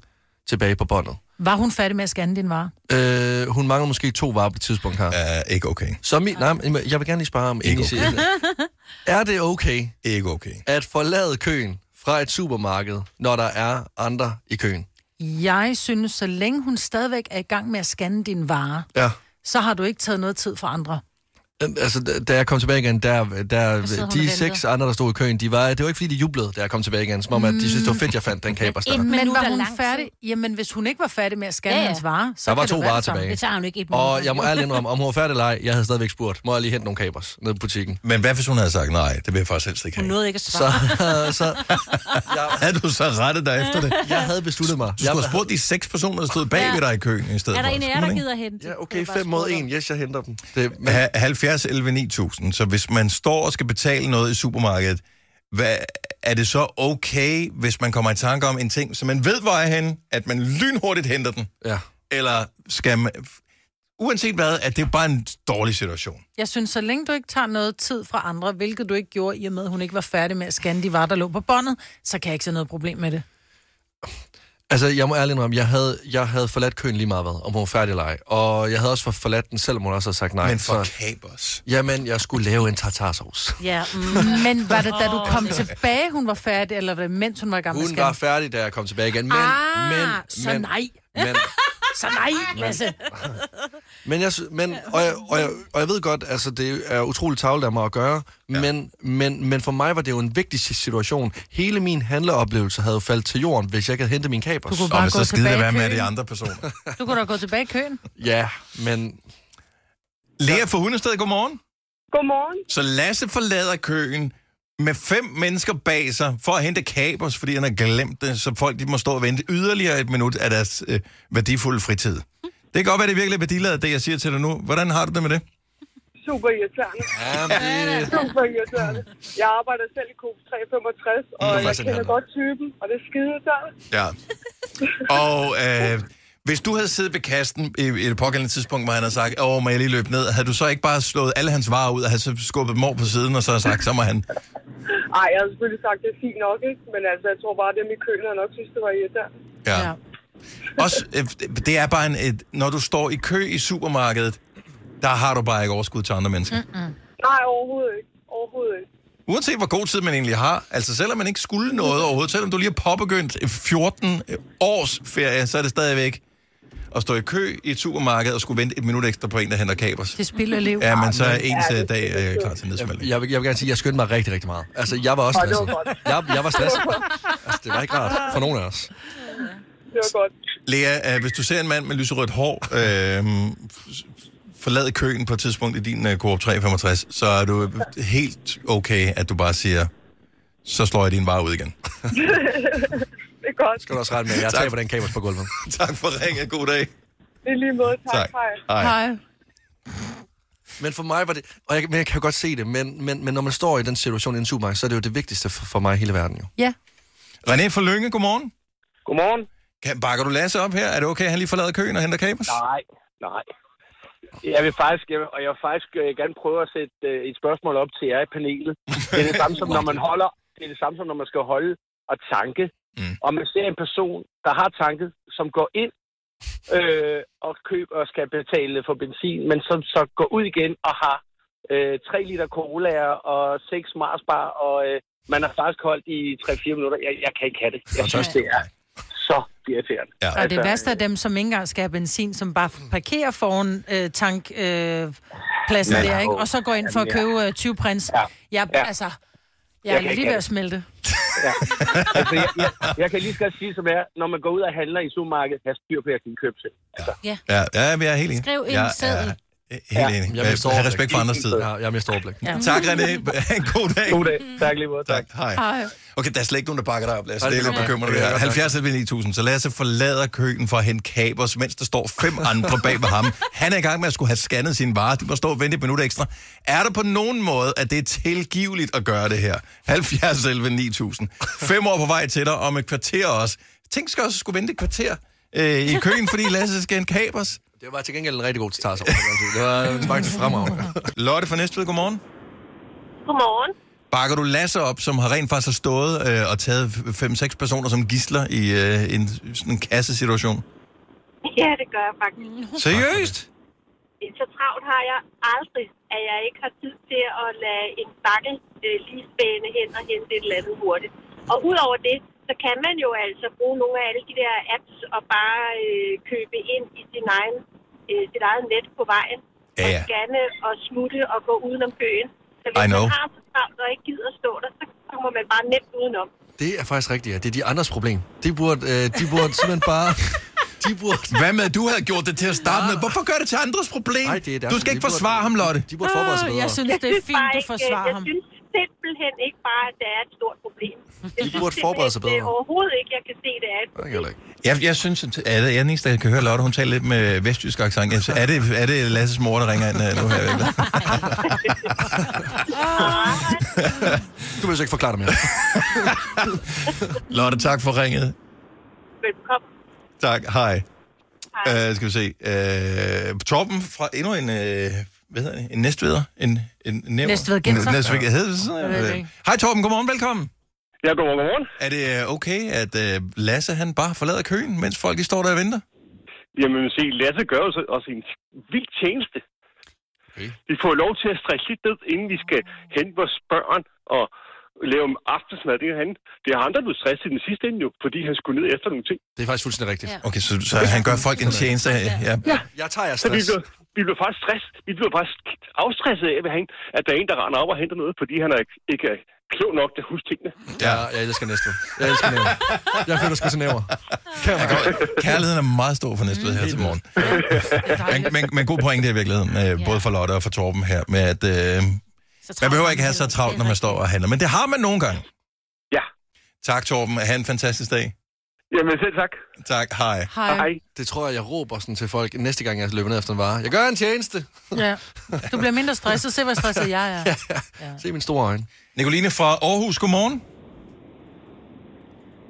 S2: tilbage på båndet.
S3: Var hun færdig med at scanne din vare?
S2: Øh, hun mangler måske to varer på et tidspunkt her. Ja.
S1: Er ikke okay.
S2: Så mi, nej, men jeg vil gerne lige spørge om, inden I
S1: Ikke
S2: siger det. Er det okay
S1: Ikke okay.
S2: at forlade køen fra et supermarked, når der er andre i køen?
S3: Jeg synes, så længe hun stadigvæk er i gang med at scanne din vare,
S2: Ja.
S3: så har du ikke taget noget tid fra andre.
S2: Øhm, Altså, da- da jeg kom tilbage igen, der,
S4: sidder
S2: der
S4: hun og
S2: de
S4: venter.
S2: seks andre, der stod i køen, de var, det var ikke fordi, de jublede, da jeg kom tilbage igen, som om, at de synes, det var fedt, jeg fandt den kapers der.
S4: Mm. et
S3: Men,
S4: minut
S3: Men var
S4: er
S3: hun
S4: lang tid.
S3: færdig? Jamen, hvis hun ikke var færdig med at scanne
S4: Ja,
S3: ja,
S4: ja.
S3: ja. hans vare, så
S2: Der var
S3: kan
S2: to
S3: det være
S2: varer
S3: det samme.
S2: tilbage.
S4: Det tager hun ikke et minut.
S2: Og jeg må ærligt indrømme, om hun var færdig eller ej, jeg havde stadigvæk spurgt, må jeg lige hente nogle kapers nede i butikken?
S1: Men hvad hvis hun havde sagt nej? Det vil jeg faktisk helst ikke
S4: Hun
S1: have.
S4: nåede ikke at svare.
S2: Så,
S1: <laughs>
S2: så jeg,
S1: Havde du så rettet dig efter det?
S2: jeg havde besluttet mig.
S1: Du skulle have spurgt de seks personer, der stod bag ved dig i køen i stedet
S4: Er der
S1: for.
S4: en af jer,
S1: Skulle
S4: der
S1: man ikke?
S4: gider hente?
S2: Ja, okay, 5 mod 1. Yes, jeg henter dem. Det, men,
S1: Ha- 70 11 9000. Så hvis man står og skal betale noget i supermarkedet, hvad, er det så okay, hvis man kommer i tanke om en ting, som man ved, hvor er henne, at man lynhurtigt henter den?
S2: ja.
S1: Eller skal man... Uanset hvad, at det er bare en dårlig situation.
S3: Jeg synes, så længe du ikke tager noget tid fra andre, hvilket du ikke gjorde, i og med, at hun ikke var færdig med at scanne de varer, der lå på båndet, så kan jeg ikke se noget problem med det.
S2: Altså, jeg må ærligt indrømme, jeg havde, jeg havde forladt køen lige meget, hvad, om hun var færdig eller ej. Og jeg havde også for- forladt den, selvom hun også havde sagt nej.
S1: Men for
S2: Så,
S1: kapers.
S2: jamen, jeg skulle lave en tartarsauce.
S4: Ja, mm.
S3: <laughs> Men var det, da du kom tilbage, hun var færdig, eller var det, mens hun var i gang med at
S2: Hun
S3: scanne?
S2: var færdig, da jeg kom tilbage igen. Men,
S3: Ah,
S2: men,
S3: så
S2: men,
S3: nej.
S2: Men,
S3: <laughs> Så nej, Lasse.
S2: men jeg, sy-
S3: <laughs>
S2: men, og, jeg, og, jeg, og jeg ved godt, altså, det er utroligt tavlet af mig at gøre, ja. men, men, men for mig var det jo en vigtig situation. Hele min handleoplevelse havde jo faldet til jorden, hvis jeg ikke havde hentet min kapers.
S3: Du kunne
S1: Og
S3: bare
S1: men
S3: gå
S1: så skide det
S3: tilbage
S1: være
S3: i
S1: med de
S3: køen.
S1: andre personer.
S3: Du kunne da gå tilbage i køen.
S2: <laughs> Ja, men
S1: Lea fra Hundested, godmorgen.
S7: Godmorgen.
S1: Så Lasse forlader køen med fem mennesker bag sig for at hente kapers, fordi han har glemt det, så folk de må stå og vente yderligere et minut af deres øh, værdifulde fritid. Det kan godt være, det virkelig er værdiladet, det jeg siger til dig nu. Hvordan har du det med det?
S7: Super irriterende.
S2: Jamen, det...
S7: Super irriterende. Jeg arbejder selv i Coop 365, og
S2: Du Mm, er
S7: jeg
S2: faktisk en
S7: kender
S2: handler.
S7: godt typen, og det er skide der.
S1: Ja. Og øh, hvis du havde siddet ved kasten i, i det pågældende tidspunkt, hvor han havde sagt, åh, må jeg lige løbe ned, havde du så ikke bare slået alle hans varer ud, og havde så skubbet dem over på siden, og så havde sagt, så må han...
S7: Ej, jeg har selvfølgelig sagt, det er fint nok, ikke? Men altså, jeg tror bare, at dem i køen har nok synes, det var irriterende.
S1: Ja. ja. Også, øh, det er bare en... Et, når du står i kø i supermarkedet, der har du bare ikke overskud til andre mennesker. Mm-mm.
S7: Nej, overhovedet ikke. Overhovedet ikke.
S1: Uanset hvor god tid man egentlig har, altså selvom man ikke skulle noget overhovedet, selvom du lige har påbegyndt 14 års ferie, så er det stadigvæk at stå i kø i et supermarked og skulle vente et minut ekstra på en, der henter kapers.
S3: Det spilder liv.
S1: Ja, men så er ens
S7: Ja,
S1: ja,
S7: det-
S1: dag øh, klar til nedsmeltning.
S2: Jeg vil, jeg vil gerne sige, at jeg skyndte mig rigtig, rigtig meget. Altså, jeg var også
S7: Og det var
S2: stresset.
S7: godt.
S2: Jeg, jeg var stresset. Altså, det var ikke rart for nogen af os.
S7: Det var godt. <laughs>
S1: Lea, øh, hvis du ser en mand med lyserødt hår øh, f- forlade køen på et tidspunkt i din øh, Coop 365, så er du helt okay, at du bare siger, så slår jeg din vare ud igen.
S7: Det er godt.
S2: Skal du også rette med, at jeg
S1: Tak.
S2: taber den kamers på gulvet.
S1: <laughs> tak for ringen. God dag.
S7: Det er lige måde. Tak. tak. Hej.
S1: Hej.
S3: Hej.
S2: Men for mig var det... Og jeg, men jeg kan jo godt se det, men, men, men når man står i den situation i en supermarked, så er det jo det vigtigste for, for mig i hele verden, jo.
S3: Ja.
S1: René fra Lønge, godmorgen.
S8: Godmorgen.
S1: Kan, bakker du Lasse op her? Er det okay, at han lige forlader køen og henter kapers?
S8: Nej, nej. Jeg vil faktisk, jeg vil, og jeg vil faktisk øh, gerne prøve at sætte øh, et spørgsmål op til jer i panelet. Det er det samme som, når man holder, det er det samme som, når man skal holde og tanke.
S1: Mm.
S8: og man ser en person, der har tanket, som går ind øh, og køber og skal betale for benzin, men som så går ud igen og har øh, 3 liter cola og 6 Mars bar, og øh, man har faktisk holdt i 3-4 minutter. Jeg, jeg kan ikke have det. Jeg synes, det er så irriterende.
S1: Ja.
S3: Og det
S8: Altså,
S3: værste er dem, som ikke engang skal have benzin, som bare parkerer foran øh, tankpladsen øh, pladsen
S8: Ja.
S3: der, ikke? og så går ind for at
S8: Jamen,
S3: købe øh, 20 prins.
S8: Ja.
S3: Ja. Jeg,
S8: Ja.
S3: altså, jeg
S8: Jeg
S3: er
S8: kan ikke
S3: lige ved
S8: have
S3: at smelte.
S8: Ja. Altså, jeg, jeg, jeg kan lige så godt sige, som er, når man går ud og handler i supermarkedet, have styr på, at din køb selv. Altså,
S1: Ja, ja, vi er helt enige.
S4: Skriv en
S1: jeg
S2: <laughs>
S4: seddel.
S1: Er helt enig.
S2: Jeg
S1: Jeg
S2: forstår
S1: har
S2: det.
S1: respekt for andres tid.
S2: Ja, jeg mister overblik.
S3: Ja.
S1: Tak, René. <laughs> En god dag.
S8: god dag. Tak lige måde. Tak.
S1: Tak. Hej.
S3: Hej.
S1: Okay, der er slet ikke nogen, der bakker dig op, Lasse.
S2: Nej,
S1: Altså, Det er
S2: det
S1: lidt
S2: kan jeg
S1: bekymrende.
S2: godt
S1: det
S2: mærke.
S1: her. 70 11 9000, så Lasse forlader køen for at hente kabers, mens der står fem <laughs> andre bag ved ham. Han er i gang med at skulle have scannet sine varer. De må stå og vente et minut ekstra. Er der på nogen måde, at det er tilgiveligt at gøre det her? 70 11 9000. Fem år på vej til dig om et kvarter også. Tænk skal også skulle vente et kvarter øh, i køen, fordi Lasse skal hente kabers.
S2: Det var til gengæld en rigtig god starter. Det var faktisk fremragende.
S1: Lotte fra Næstved, godmorgen.
S7: Godmorgen.
S1: Bakker du Lasse op, som har rent faktisk har stået øh, og taget 5-6 personer som gisler i øh, en sådan en kassesituation?
S7: Ja, det gør jeg faktisk.
S1: Mm. Seriøst?
S7: Så travlt har jeg aldrig, at jeg ikke har tid til at lade en bakke øh, lige spæne hen og hente et eller andet hurtigt. Og udover det, så kan man jo altså bruge nogle af alle de der apps og bare øh, købe ind i sin egen, øh, sit eget net på vejen.
S1: Ja,
S7: Og
S1: ja.
S7: scanne og smutte og gå udenom køen. Så
S1: I
S7: hvis
S1: know.
S7: man har så travlt og ikke gider stå der, så kommer man bare nemt udenom.
S2: Det er faktisk rigtigt, ja. Det er de andres problem. De burde, øh, de
S1: <laughs>
S2: burde simpelthen bare... De burde...
S1: Hvad med, at du havde gjort det til at starte med? Hvorfor gør det til andres problem?
S2: Nej, det er deres-
S1: du skal ikke
S2: de burde-
S1: forsvare ham, Lotte.
S2: De burde forberede sig
S3: Åh,
S2: bedre.
S3: Jeg synes,
S7: Jeg
S3: det er
S7: synes
S3: fint,
S7: bare
S3: du
S7: ikke,
S3: forsvarer
S7: jeg
S3: ham.
S7: synes simpelthen ikke bare, at det er et stort problem. Jeg synes
S2: burde forberede sig
S7: simpelthen,
S2: bedre.
S7: øh, overhovedet ikke, jeg kan se, det er et
S2: Det kan jeg heller ikke.
S1: Jeg, jeg synes, at ja, det er den eneste, jeg kan høre Lotte, hun taler lidt med vestjysk accent. Jeg, synes, er, det, er det Lasses mor, der ringer ind øh, nu her? Virkelig?
S2: Øh. Du vil så ikke forklare det mere.
S1: <laughs> Lotte, tak for ringet.
S7: Velkommen.
S1: Tak, hej. Uh, skal vi se. Uh, Torben fra endnu en, uh, hvad hedder det? En næstveder? En, en næver?
S3: Næstvedgenser.
S1: En Næstved, hedder det sådan?
S3: Jeg ved det ikke.
S1: Hej Torben, godmorgen, velkommen.
S8: Ja, godmorgen. godmorgen.
S1: Er det øh, okay, at uh, Lasse han bare forlader køen, mens folk de står der og venter?
S8: Jamen, se, Lasse gør jo så også en vild tjeneste.
S2: Okay.
S8: Vi får lov til at strække lidt ned, inden vi skal hente vores børn og lave om aftensmad. Det er han. Det er ham, der blev stresset i den sidste ende jo, fordi han skulle ned efter nogle ting.
S2: Det er faktisk fuldstændig rigtigt.
S4: Ja.
S1: Okay, så, så han gør folk en tjeneste. Ja. ja.
S2: Jeg tager jeres
S8: Så vi
S2: stress.
S8: blev, vi blev faktisk stress. Vi blev faktisk afstresset af, at han- at der er en, der render op og henter noget, fordi han er ikke, ikke er klog nok til at huske tingene.
S2: Ja, jeg elsker næste. Jeg elsker næver. Jeg føler sgu til næver. Kan jeg godt.
S1: Kærligheden er meget stor for Næstved her til morgen.
S3: Det er dejligt.
S1: Men, men, men god pointe i virkeligheden, øh, både for Lotte og for Torben her, med at øh,
S4: Så travlt
S1: man behøver
S4: er
S1: ikke have så
S4: heller.
S1: travlt, når man står og handler. Men det har man nogle gange.
S8: Ja.
S1: Tak Torben, ha' en fantastisk dag.
S8: Jamen, selv tak.
S1: Tak, hej.
S3: Hej.
S2: Det tror jeg, jeg råber sådan til folk næste gang, jeg løber ned efter en vare. Jeg gør en tjeneste.
S3: Ja. Du bliver mindre stresset. Se, hvor stresset jeg
S2: <laughs>
S3: er.
S2: Se mine store øjne.
S1: Nicoline fra Aarhus, godmorgen.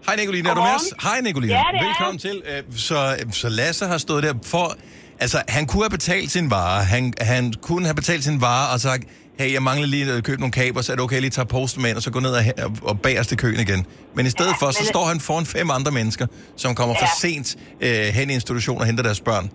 S1: Hej Nicoline, er du med os? Hej Nicoline,
S7: Ja, det er
S1: velkommen til. Øh, Så, så Lasse har stået der for... Altså, han kunne have betalt sin vare. Han, han kunne have betalt sin vare og sagt, hey, jeg mangler lige at købe nogle kaber, så er det okay, jeg lige tager posten med ind, og så gå ned og, he- og- og bagerst i køen igen. Men i stedet ja,
S7: Ja,
S1: for, så
S7: men-
S1: står han foran fem andre mennesker, som kommer
S7: Ja.
S1: ja. for sent øh, hen i institutionen og henter deres børn.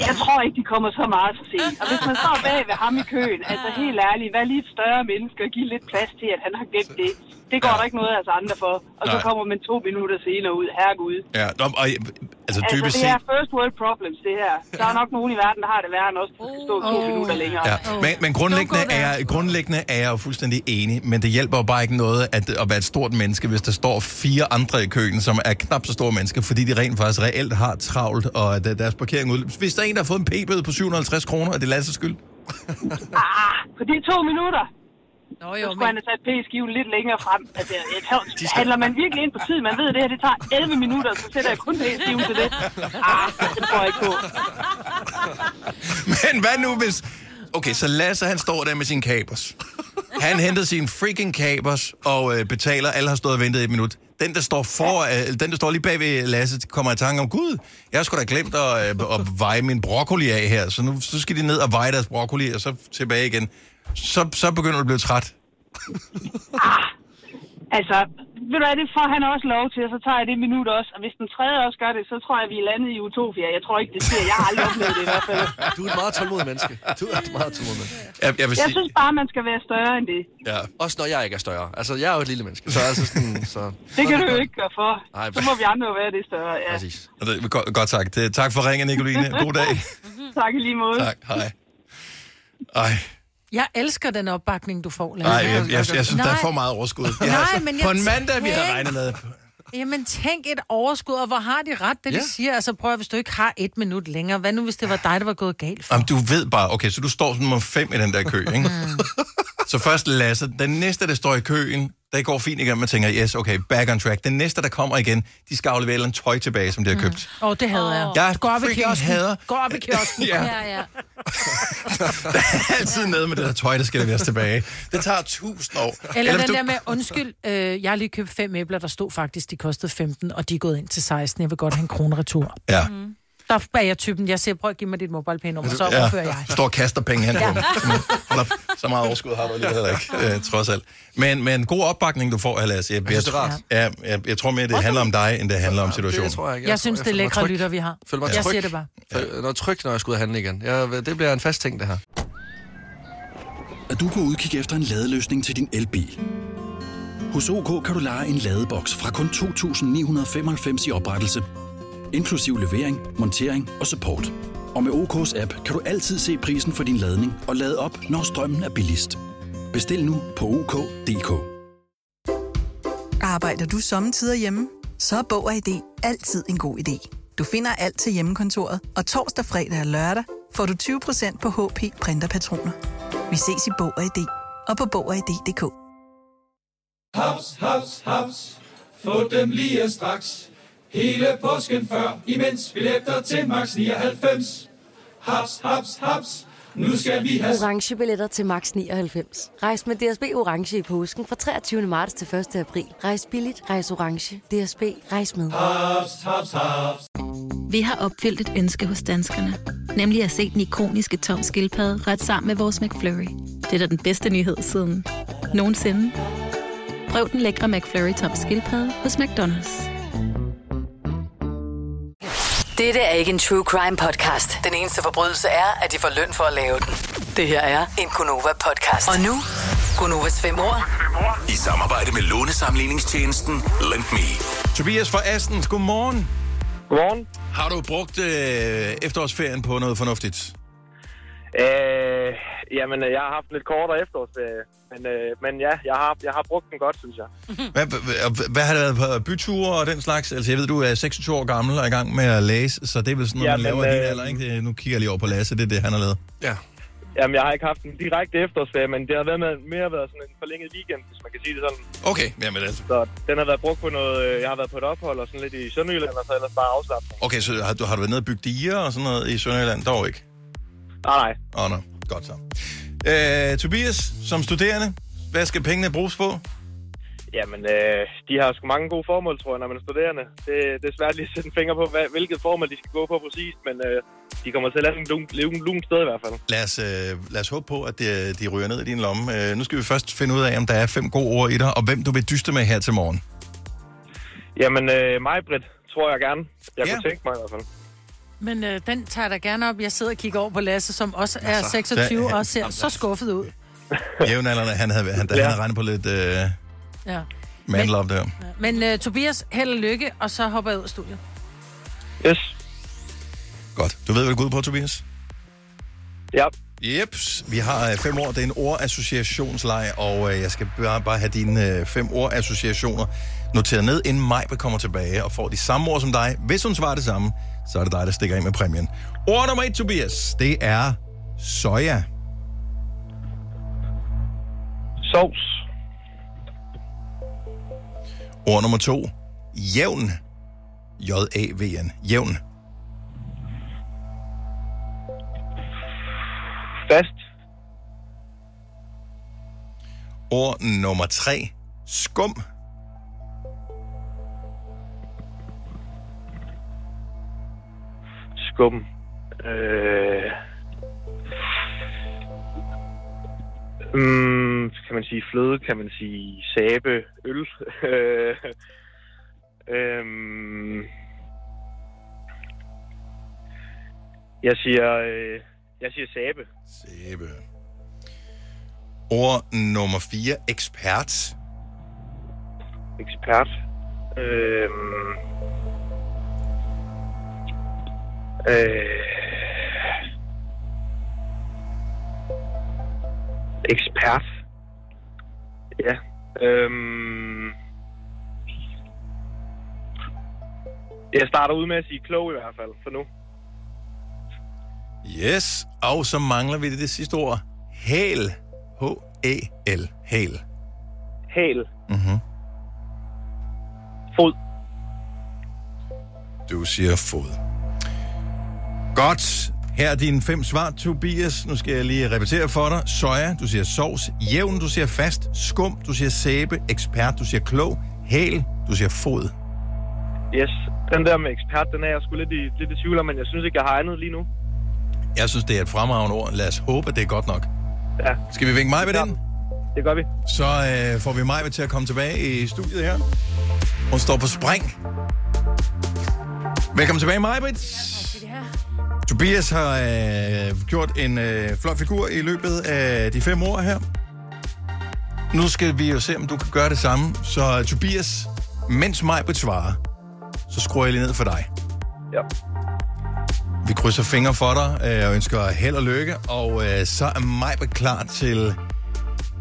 S7: Jeg tror ikke, de kommer så meget for sent. Og hvis man står bag ved ham i køen, altså helt ærligt, vær lige et større menneske og giv lidt plads til, at han har glemt det. Det går
S1: Ja.
S7: der ikke noget af os andre for. Og så
S1: Nej.
S7: kommer man to minutter senere ud. Herregud.
S1: Ja, nå, og, altså,
S7: Altså,
S1: dybest
S7: det
S1: set...
S7: er first world problems, det her. Der er nok nogen i verden, der har det værre end os, der skal stå to
S4: Oh.
S7: minutter længere.
S1: Ja, men, men grundlæggende,
S4: Don't go
S1: er, grundlæggende er jeg jo fuldstændig enig, men det hjælper jo bare ikke noget at, at være et stort menneske, hvis der står fire andre i køen, som er knap så store mennesker, fordi de rent faktisk reelt har travlt, og at øh, deres parkering ud... Hvis der er en, der har fået en p-bøde på 750 kroner, og det er Lasses skyld.
S7: Ah, på de to minutter,
S3: Nå
S7: så
S3: jo,
S7: skulle han
S3: men
S7: have sat p-skiven lidt længere frem. Altså, jeg
S2: De
S7: tager,
S2: skal-
S7: handler man virkelig ind på tid, man ved, at det her det tager 11 minutter, så sætter jeg kun p-skiven til
S1: <laughs>
S7: det. Ah, det tror jeg ikke på.
S1: Men hvad nu hvis... Okay, så Lasse han står der med sine kapers. Han henter sine freaking kapers og øh, betaler. Alle har stået og ventet et minut. Den, der står, for, øh, den, der står lige bag ved Lasse, kommer i tanke om, Gud, jeg skulle da glemt at, øh, at veje min broccoli af her, så nu så skal de ned og veje deres broccoli, og så tilbage igen. Så, så begynder du at blive træt.
S9: Ah, Altså, ved du hvad, det får han også lov til, og så tager jeg det minut også. Og hvis den tredje også gør det, så tror jeg, vi er landet i utopia. Jeg tror ikke, det sker. Jeg har
S1: <laughs>
S9: aldrig oplevet det i hvert fald.
S2: Du er et meget tålmodigt menneske. Du er et meget tålmodigt menneske.
S1: Jeg, jeg vil
S9: Jeg
S1: sige,
S9: synes bare, man skal være større end det.
S1: ja.
S2: Også når jeg ikke er større. Altså, jeg er jo et lille menneske, så altså sådan...
S9: <laughs>
S2: Så...
S9: Det kan du jo ikke gøre for.
S2: Nej,
S9: Så må vi andre jo være det større. Ja.
S1: Altså,
S2: præcis.
S1: Det- Godt, godt tak. Det- Tak for ringen, Nicoline. God
S7: <laughs>
S1: dag.
S9: Tak i lige måde.
S1: tak. Hej. Ej,
S3: Jeg elsker den opbakning, du får, Lasse.
S1: ej jeg, jeg, jeg, synes, der er
S3: Nej.
S1: for meget overskud. Jeg
S3: Nej,
S1: har altså-
S3: men jeg
S1: på en mandag, vi havde
S3: tænker-
S1: regnet med.
S3: Jamen tænk et overskud, og hvor har de ret, det de
S2: Ja.
S3: siger. Altså prøv at, hvis du ikke har et minut længere, hvad nu hvis det var dig, der var gået galt for?
S1: Jamen, du ved bare, okay, så du står som nummer fem i den der kø, ikke?
S3: Mm.
S1: så først Lasse, den næste, der står i køen, der går fint igennem og tænker, yes, okay, back on track. Den næste, der kommer igen, de skal aflevere et eller andet tøj tilbage, som de har købt.
S3: Åh, oh, det havde jeg.
S1: Jeg
S3: Gå op i
S1: freaking
S3: kiosken.
S1: hader-
S3: Gå op i kiosken.
S1: <laughs> Ja.
S4: Ja, ja.
S1: altid nede med det der tøj, der skal leveres tilbage. Det tager tusind år.
S3: <laughs> Eller
S1: hvis
S3: den
S1: du-
S3: der med, undskyld, øh, jeg har lige købt fem æbler, der stod faktisk, de kostede 15, og de er gået ind til 16. Jeg vil godt have en krone retur. Mm.
S1: Ja,
S3: Der er jeg typen, jeg siger, prøv at give mig dit mobilepay-nummer,
S2: Altså,
S3: så
S1: Altså, ja.
S3: overfører jeg.
S1: Står og kaster penge hen på dem. Hold op, Så meget overskud har du alligevel heller
S3: <laughs>
S1: ikke, øh, trods alt. Men, men god opbakning, du får, Alas. Jeg, jeg,
S2: synes, det er rart.
S1: Ja, jeg, jeg tror mere, det handler om dig, end det handler om
S2: Det
S1: situationen.
S2: tror jeg ikke.
S3: Jeg synes,
S2: tror,
S3: det er
S2: føler mig
S3: lækre
S2: tryg.
S3: lytter, vi har.
S2: Føler mig
S3: Jeg
S2: tryg.
S3: siger det bare.
S2: Føler mig tryg, når jeg skal ud og handle igen. Jeg, det bliver en fast ting, det her.
S6: Er du på udkig efter en ladeløsning til din elbil? Hos OK kan du lege en ladeboks fra kun 2.995 i oprettelse, inklusiv levering, montering og support. Og med OK's app kan du altid se prisen for din ladning og lade op, når strømmen er billigst. Bestil nu på OK.dk.
S10: Arbejder du sommetider hjemme? Så er Bog og ID altid en god idé. Du finder alt til hjemmekontoret, og torsdag, fredag og lørdag får du 20% på HP printerpatroner. Vi ses i Bog og ID og på Bog og ID.dk.
S11: Haps, haps, haps. Få dem lige straks. Hele påsken før, imens billetter til max 99. Haps, haps, haps. Nu skal vi have
S12: orange billetter til max 99. Rejs med DSB orange i påsken fra 23. marts til 1. april. Rejs billigt, rejs orange. DSB rejs med.
S11: haps, haps, haps.
S13: Vi har opfyldt et ønske hos danskerne. Nemlig at se den ikoniske tom skildpadde ret sammen med vores McFlurry. Det er da den bedste nyhed siden nogensinde. Prøv den lækre McFlurry tom skildpadde hos McDonald's.
S5: Dette er ikke en true crime podcast. Den eneste forbrydelse er, at de får løn for at lave den. Det her er en Gunova-podcast. Og nu, Gunovas fem år.
S6: I samarbejde med lånesamligningstjenesten Lend Me.
S1: Tobias fra Astens, godmorgen.
S14: Godmorgen.
S1: Har du brugt øh, efterårsferien på noget fornuftigt?
S14: Øh, jamen, jeg har haft en lidt kortere efterårsferie, men, øh, men ja, jeg har, jeg har brugt den godt, synes jeg.
S1: Hvad, hvad, hvad har det været på byture og den slags? Altså, jeg ved, du er 26 år gammel og er i gang med at læse, så det er vel sådan noget,
S14: Jamen,
S1: man laver i din
S14: øh,
S1: alder, ikke? Det- Nu kigger jeg lige over på Lasse, det er det, han har lavet.
S2: Ja.
S14: Jamen, jeg har ikke haft en direkte efterårsferie, men det har været med, mere været sådan en forlænget weekend, hvis man kan sige det sådan.
S1: Okay, jamen altså.
S14: Så den har været brugt på noget, øh, jeg har været på et ophold og sådan lidt i Sønderjylland, og så ellers bare afslappet.
S1: Okay, så har du, har du været nede og bygge diger og sådan noget i Sønderjylland? Dog ikke?
S14: Nej, nej.
S1: Åh, oh, no. Godt så. Øh, Tobias, som studerende, hvad skal pengene bruges på?
S14: Jamen, øh, de har sgu mange gode formål, tror jeg, når man er studerende. Det, det er svært lige at sætte en finger på, hvad, hvilket formål de skal gå på præcist, men øh, de kommer til at lade en lun, lun, lun sted i hvert fald.
S1: Lad os, øh, lad os håbe på, at de, de ryger ned i din lomme. Øh, nu skal vi først finde ud af, om der er fem gode ord i dig, og hvem du vil dyste med her til morgen.
S14: Jamen, øh, mig, Britt, tror jeg gerne. Jeg
S3: Ja.
S14: kunne tænke mig i hvert fald.
S3: Men øh, den tager jeg da gerne op. Jeg sidder og kigger over på Lasse, som også er
S1: så-
S3: 26
S1: der-
S3: og ser så skuffet ud.
S1: Jævnaldrende, han havde, han, han havde regnet på lidt øh,
S3: Ja.
S1: man love der.
S3: Men øh, Tobias, held og lykke, og så hopper jeg ud af studiet.
S14: Yes.
S1: Godt. Du ved, hvad det går ud på, Tobias?
S14: Ja.
S1: Jeps. Vi har øh, fem ord. Det er en ordassociationsleg, og øh, jeg skal bare, bare have dine øh, fem ordassociationer noteret ned, inden Majbe kommer tilbage og får de samme ord som dig. Hvis hun svarer det samme, så er det dig, der stikker ind med præmien. Ord nummer et, Tobias, det er soja.
S14: Sovs.
S1: Ord nummer to, jævn. J-A-V-N. Jævn.
S14: Fast.
S1: Ord nummer tre, skum.
S14: Skum. Øh... Mm, kan man sige fløde, kan man sige sabe, øl.
S15: <laughs>
S14: Øh, øhm, jeg siger, øh, jeg siger sabe.
S1: Sæbe. Ord nummer 4, ekspert.
S14: Ekspert. Øhm, øh, ekspert. Ja. Øhm, jeg starter ud med at sige klog i hvert fald, for nu.
S1: Yes, og så mangler vi det, det sidste ord. Hæl. H-E-L. Hæl.
S14: Hæl.
S1: Mm-hmm.
S14: Fod.
S1: Du siger fod. Godt. Her er dine fem svar, Tobias. Nu skal jeg lige repetere for dig. Soja, du siger sovs. Jævn, du siger fast. Skum, du siger sæbe. Ekspert, du siger klog. Hæl, du siger fod.
S14: Yes, den der med ekspert, den er jeg sgu lidt i, lidt i tvivl om, men jeg synes ikke, jeg har andet lige nu.
S1: Jeg synes, det er et fremragende ord. Lad os håbe, at det er godt nok.
S14: Ja.
S1: Skal vi vinke mig ved den?
S14: Det gør vi.
S1: Så øh, får vi mig til at komme tilbage i studiet her. Hun står på spring. Velkommen tilbage, Majbrit. Tobias har øh, gjort en øh, flot figur i løbet af de fem år her. Nu skal vi jo se, om du kan gøre det samme. Så Tobias, mens Majbrit svarer, så skruer jeg lige ned for dig.
S14: Ja.
S1: Vi krydser fingre for dig øh, og ønsker held og lykke. Og øh, så er Majbrit klar til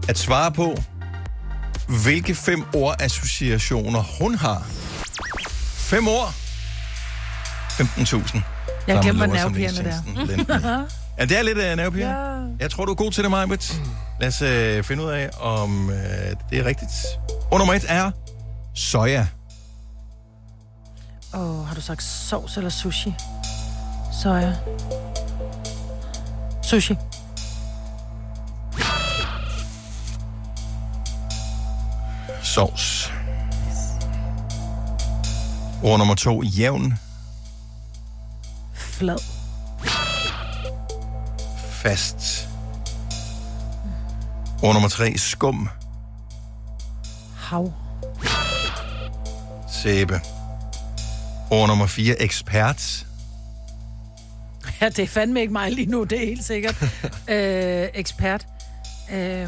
S1: at svare på, hvilke fem ordassociationer hun har. Fem ord. 15.000.
S3: Jeg
S1: Der
S3: glemmer
S1: er man lover som
S3: nervepigerne
S1: Jensen.
S3: der. <laughs>
S1: Ja, det er lidt uh, nervepirrende.
S3: Ja.
S1: Jeg tror, du er god til det, Majbrit. Lad os øh, finde ud af, om øh, det er rigtigt. Ord nummer et er soja.
S3: Åh, oh, har du sagt sovs eller sushi? Soja. Sushi.
S1: Sovs. Ord nummer to, jævn,
S3: Flad.
S1: fast. Ord nummer tre, skum,
S3: Hav.
S1: sæbe. Ord nummer fire, ekspert.
S3: Ja, det er fandme ikke mig lige nu, det er helt sikkert. <laughs> øh, ekspert. Øh, jeg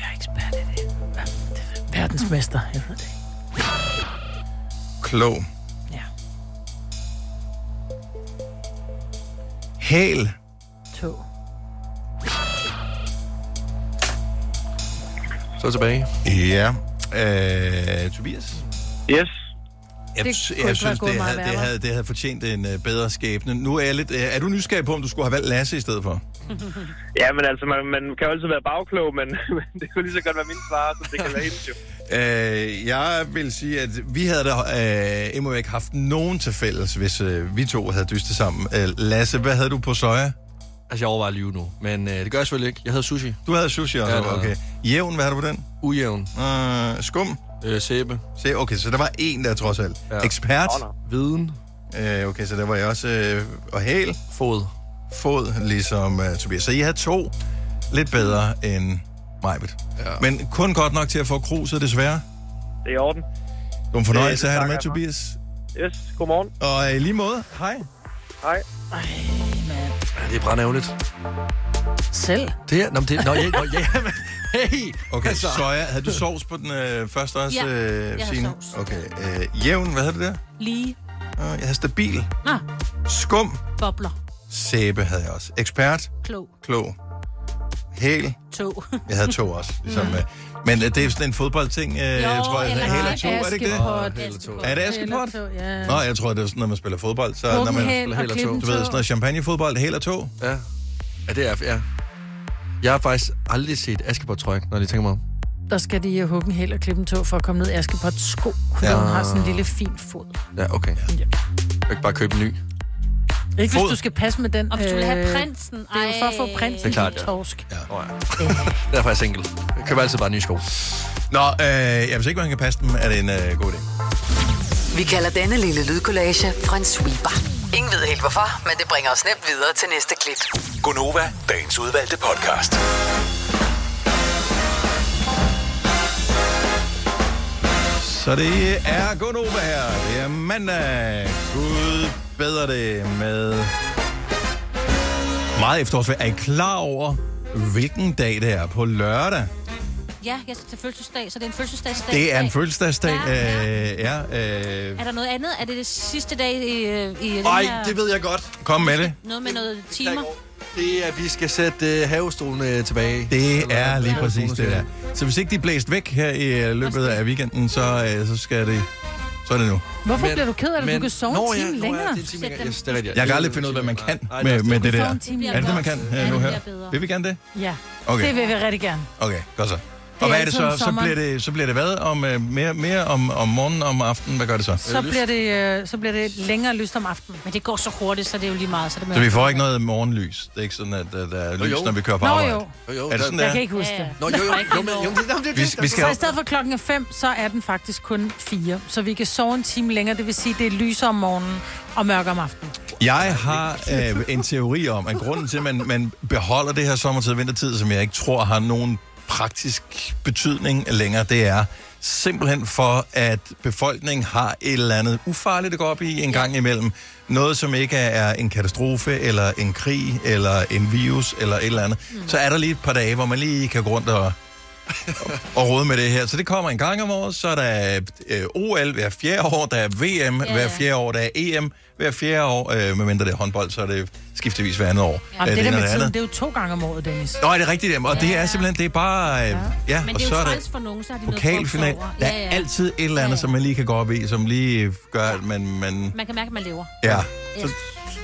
S3: er ekspert i det. Verdensmester, jeg ved det.
S1: Klog.
S3: Ja.
S1: Hæl.
S3: Tog.
S1: Så tilbage. Ja. Øh, Tobias?
S14: Yes.
S1: Jeg,
S14: Det kunne
S1: det
S14: ikke være
S1: jeg synes,
S14: gået
S1: det
S14: meget
S1: havde, det,
S14: værre.
S1: havde, det havde fortjent en øh, bedre skæbne. Nu er jeg lidt... Øh, er du nysgerrig på, om du skulle have valgt Lasse i stedet for?
S14: Ja, men altså, man, man kan jo altid være bagklog, men, <laughs> men det kunne lige så godt være min svar, som det kan være hendes jo.
S1: Øh, jeg vil sige, at vi havde da øh, imod ikke haft nogen til fælles, hvis øh, vi to havde dystet sammen. Øh, Lasse, hvad havde du på soja?
S2: Altså, jeg overvejer at lyve nu, men øh, det gør jeg selvfølgelig ikke. Jeg havde sushi.
S1: Du havde sushi også, okay. Jævn, hvad har du på den?
S2: Ujævn.
S1: Øh, skum?
S2: Øh, sæbe.
S1: Se, okay, så der var en der trods alt. Ja. Ekspert?
S2: Viden.
S1: Øh, okay, så der var jeg også... Øh, og hæl?
S2: Fod.
S1: Fod, ligesom øh, Tobias. Så I havde to lidt bedre end Majbet. Ja. Men kun godt nok til at få kruset, desværre.
S14: Det er i orden.
S1: Det var en fornøjelse
S14: Det- det
S1: at have dig med,
S14: takker jeg
S1: Tobias.
S14: for. Yes, godmorgen.
S1: Og øh, i lige måde, hej.
S14: Hej.
S2: Ja, det er brændævligt.
S3: Selv?
S2: Det er... Nå, men det... Nå,
S1: <laughs>
S2: ja, nå, ja, men... Hey!
S1: Okay, altså. soja. Havde du sovs på den øh, første også,
S4: Ja, jeg
S1: øh,
S4: havde
S1: Signe?
S4: sovs.
S1: Okay. Øh, jævn, hvad havde du der?
S4: Lige.
S1: Øh, jeg havde stabil.
S4: Nå,
S1: Skum.
S4: bobler.
S1: Sæbe havde jeg også. Ekspert.
S4: Klog.
S1: Klog. Hæl.
S4: Tog.
S1: Jeg havde to også. Ligesom, mm. Men øh, det er sådan en fodboldting, øh, tror jeg.
S4: eller
S1: Hæl og to, er det ikke det? Er det Askepot?
S3: Ja.
S1: Nå, jeg tror, det er sådan, når man spiller fodbold. Så,
S3: Bukken,
S1: når man
S3: hæl og
S1: spiller
S3: klippen
S1: Du ved, sådan noget champagnefodbold, hæl og to.
S2: Ja. Ja, det er... Ja. Jeg har faktisk aldrig set Askepot, tror jeg, når jeg tænker mig om.
S3: <laughs> Der skal de øh, hugge en hæl og klippe en tog for at komme ned i Askepots sko. Hun
S2: Ja.
S3: har sådan en lille fin fod.
S2: Ja, okay.
S3: Ja.
S2: Jeg kan ikke bare købe en ny.
S3: Ikke
S2: Fod.
S3: hvis du skal passe med den.
S4: Om du vil have
S3: øh,
S4: prinsen.
S3: Det er jo for at få prinsen.
S2: Det er klart, ja.
S3: Torsk.
S1: Ja.
S2: Oh, ja. Det er faktisk enkelt. Jeg køber altid bare nye sko.
S1: Nå, øh, jeg hvis ikke man kan passe dem, er det en øh, god idé.
S5: Vi kalder denne lille lydkollage Frans sweeper. Ingen ved helt hvorfor, men det bringer os nemt videre til næste klip.
S16: Gunova, dagens udvalgte podcast.
S1: Så det er Gunova her. Det er mandag. Gud bedre det med meget efterårsvejr. Er I klar over, hvilken dag det er på lørdag?
S4: Ja, jeg skal til fødselsdag, så det er en fødselsdagsdag.
S1: Det er
S4: i
S1: en
S4: dag.
S1: fødselsdagsdag. Øh, ja, øh.
S4: Er der noget andet? Er det det sidste dag i, øh, i den
S2: Ej,
S4: her...
S2: det ved jeg godt.
S1: Kom med det.
S4: Noget med noget timer?
S2: Det er, at vi skal sætte øh, havestolen øh, tilbage.
S1: Det er lige præcis det der. Så hvis ikke de er blæst væk her i øh, løbet af weekenden, så, øh, så skal det... Så er det nu.
S3: Hvorfor bliver du ked af det? Du kan sove en time længere.
S2: Yes, det er rigtigt.
S1: Jeg kan aldrig finde ud af, hvad man kan
S2: Nej, det er
S1: med,
S2: også
S1: med
S2: det.
S1: det der.
S3: Få en time
S1: Er det det, man kan
S3: længere. Ja,
S1: øh,
S3: det
S1: nu her?
S3: bliver bedre.
S1: Vil vi gerne det?
S3: Ja,
S1: Okay.
S3: det vil vi rigtig gerne.
S1: Okay, godt så. Og hvad er det
S3: altid
S1: så?
S3: om
S1: Så
S3: sommeren.
S1: bliver det, så bliver det hvad? Om, øh, mere mere om, om morgenen og om aftenen? Hvad gør det så?
S3: Så bliver det, øh, så bliver det længere lyst om aftenen.
S4: Men det går så hurtigt, så det er jo lige meget. Så, det
S1: Så vi får ikke noget morgenlys. Det er ikke sådan, at øh, der er lys,
S2: jo.
S1: når vi kører på
S3: Nå,
S1: arbejde.
S3: jo.
S2: Jo, jo,
S1: er det sådan,
S3: jeg
S1: der?
S3: kan ikke huske det.
S2: Nå, jo, jo, jo, men, jo, men, jo, men, det,
S1: Vi- vi skal
S3: så
S1: jo-
S3: i stedet for klokken er fem, så er den faktisk kun fire. Så vi kan sove en time længere. Det vil sige, det er lysere om morgenen og mørkere om aftenen.
S1: Jeg har øh, en teori om, at grunden til, at man, man beholder det her sommertid og vintertid, som jeg ikke tror har nogen praktisk betydning længere, det er simpelthen for, at befolkningen har et eller andet ufarligt at gå op i en gang imellem. Noget, som ikke er en katastrofe, eller en krig, eller en virus, eller et eller andet. Så er der lige et par dage, hvor man lige kan gå rundt og <laughs> og rode med det her. Så det kommer en gang om året, så er der øh, OL hver fjerde år, der er VM ja,
S3: Ja,
S1: ja.
S3: ja.
S1: hver fjerde år, der er EM hver fjerde år, øh, medmindre det er håndbold, så er det skiftevis hver andet år. Øh,
S3: Ja, det, det der
S1: ene og
S3: med tiden,
S1: andet.
S3: det er jo to gange om året, Dennis.
S1: Nå, er det rigtigt, jamen, og det er simpelthen, det er bare, øh, ja, ja
S4: Men
S1: og
S4: det er
S1: så
S4: jo
S1: er
S4: træls
S1: der
S4: for nogen, så har de noget
S1: pokalfinal.
S4: fugt over.
S1: Der
S4: Ja,
S1: er
S4: ja.
S1: altid et eller andet, som man lige kan gå op i, som lige gør, at man, man
S4: Man kan mærke, at man lever.
S1: ja,
S4: Ja.
S1: så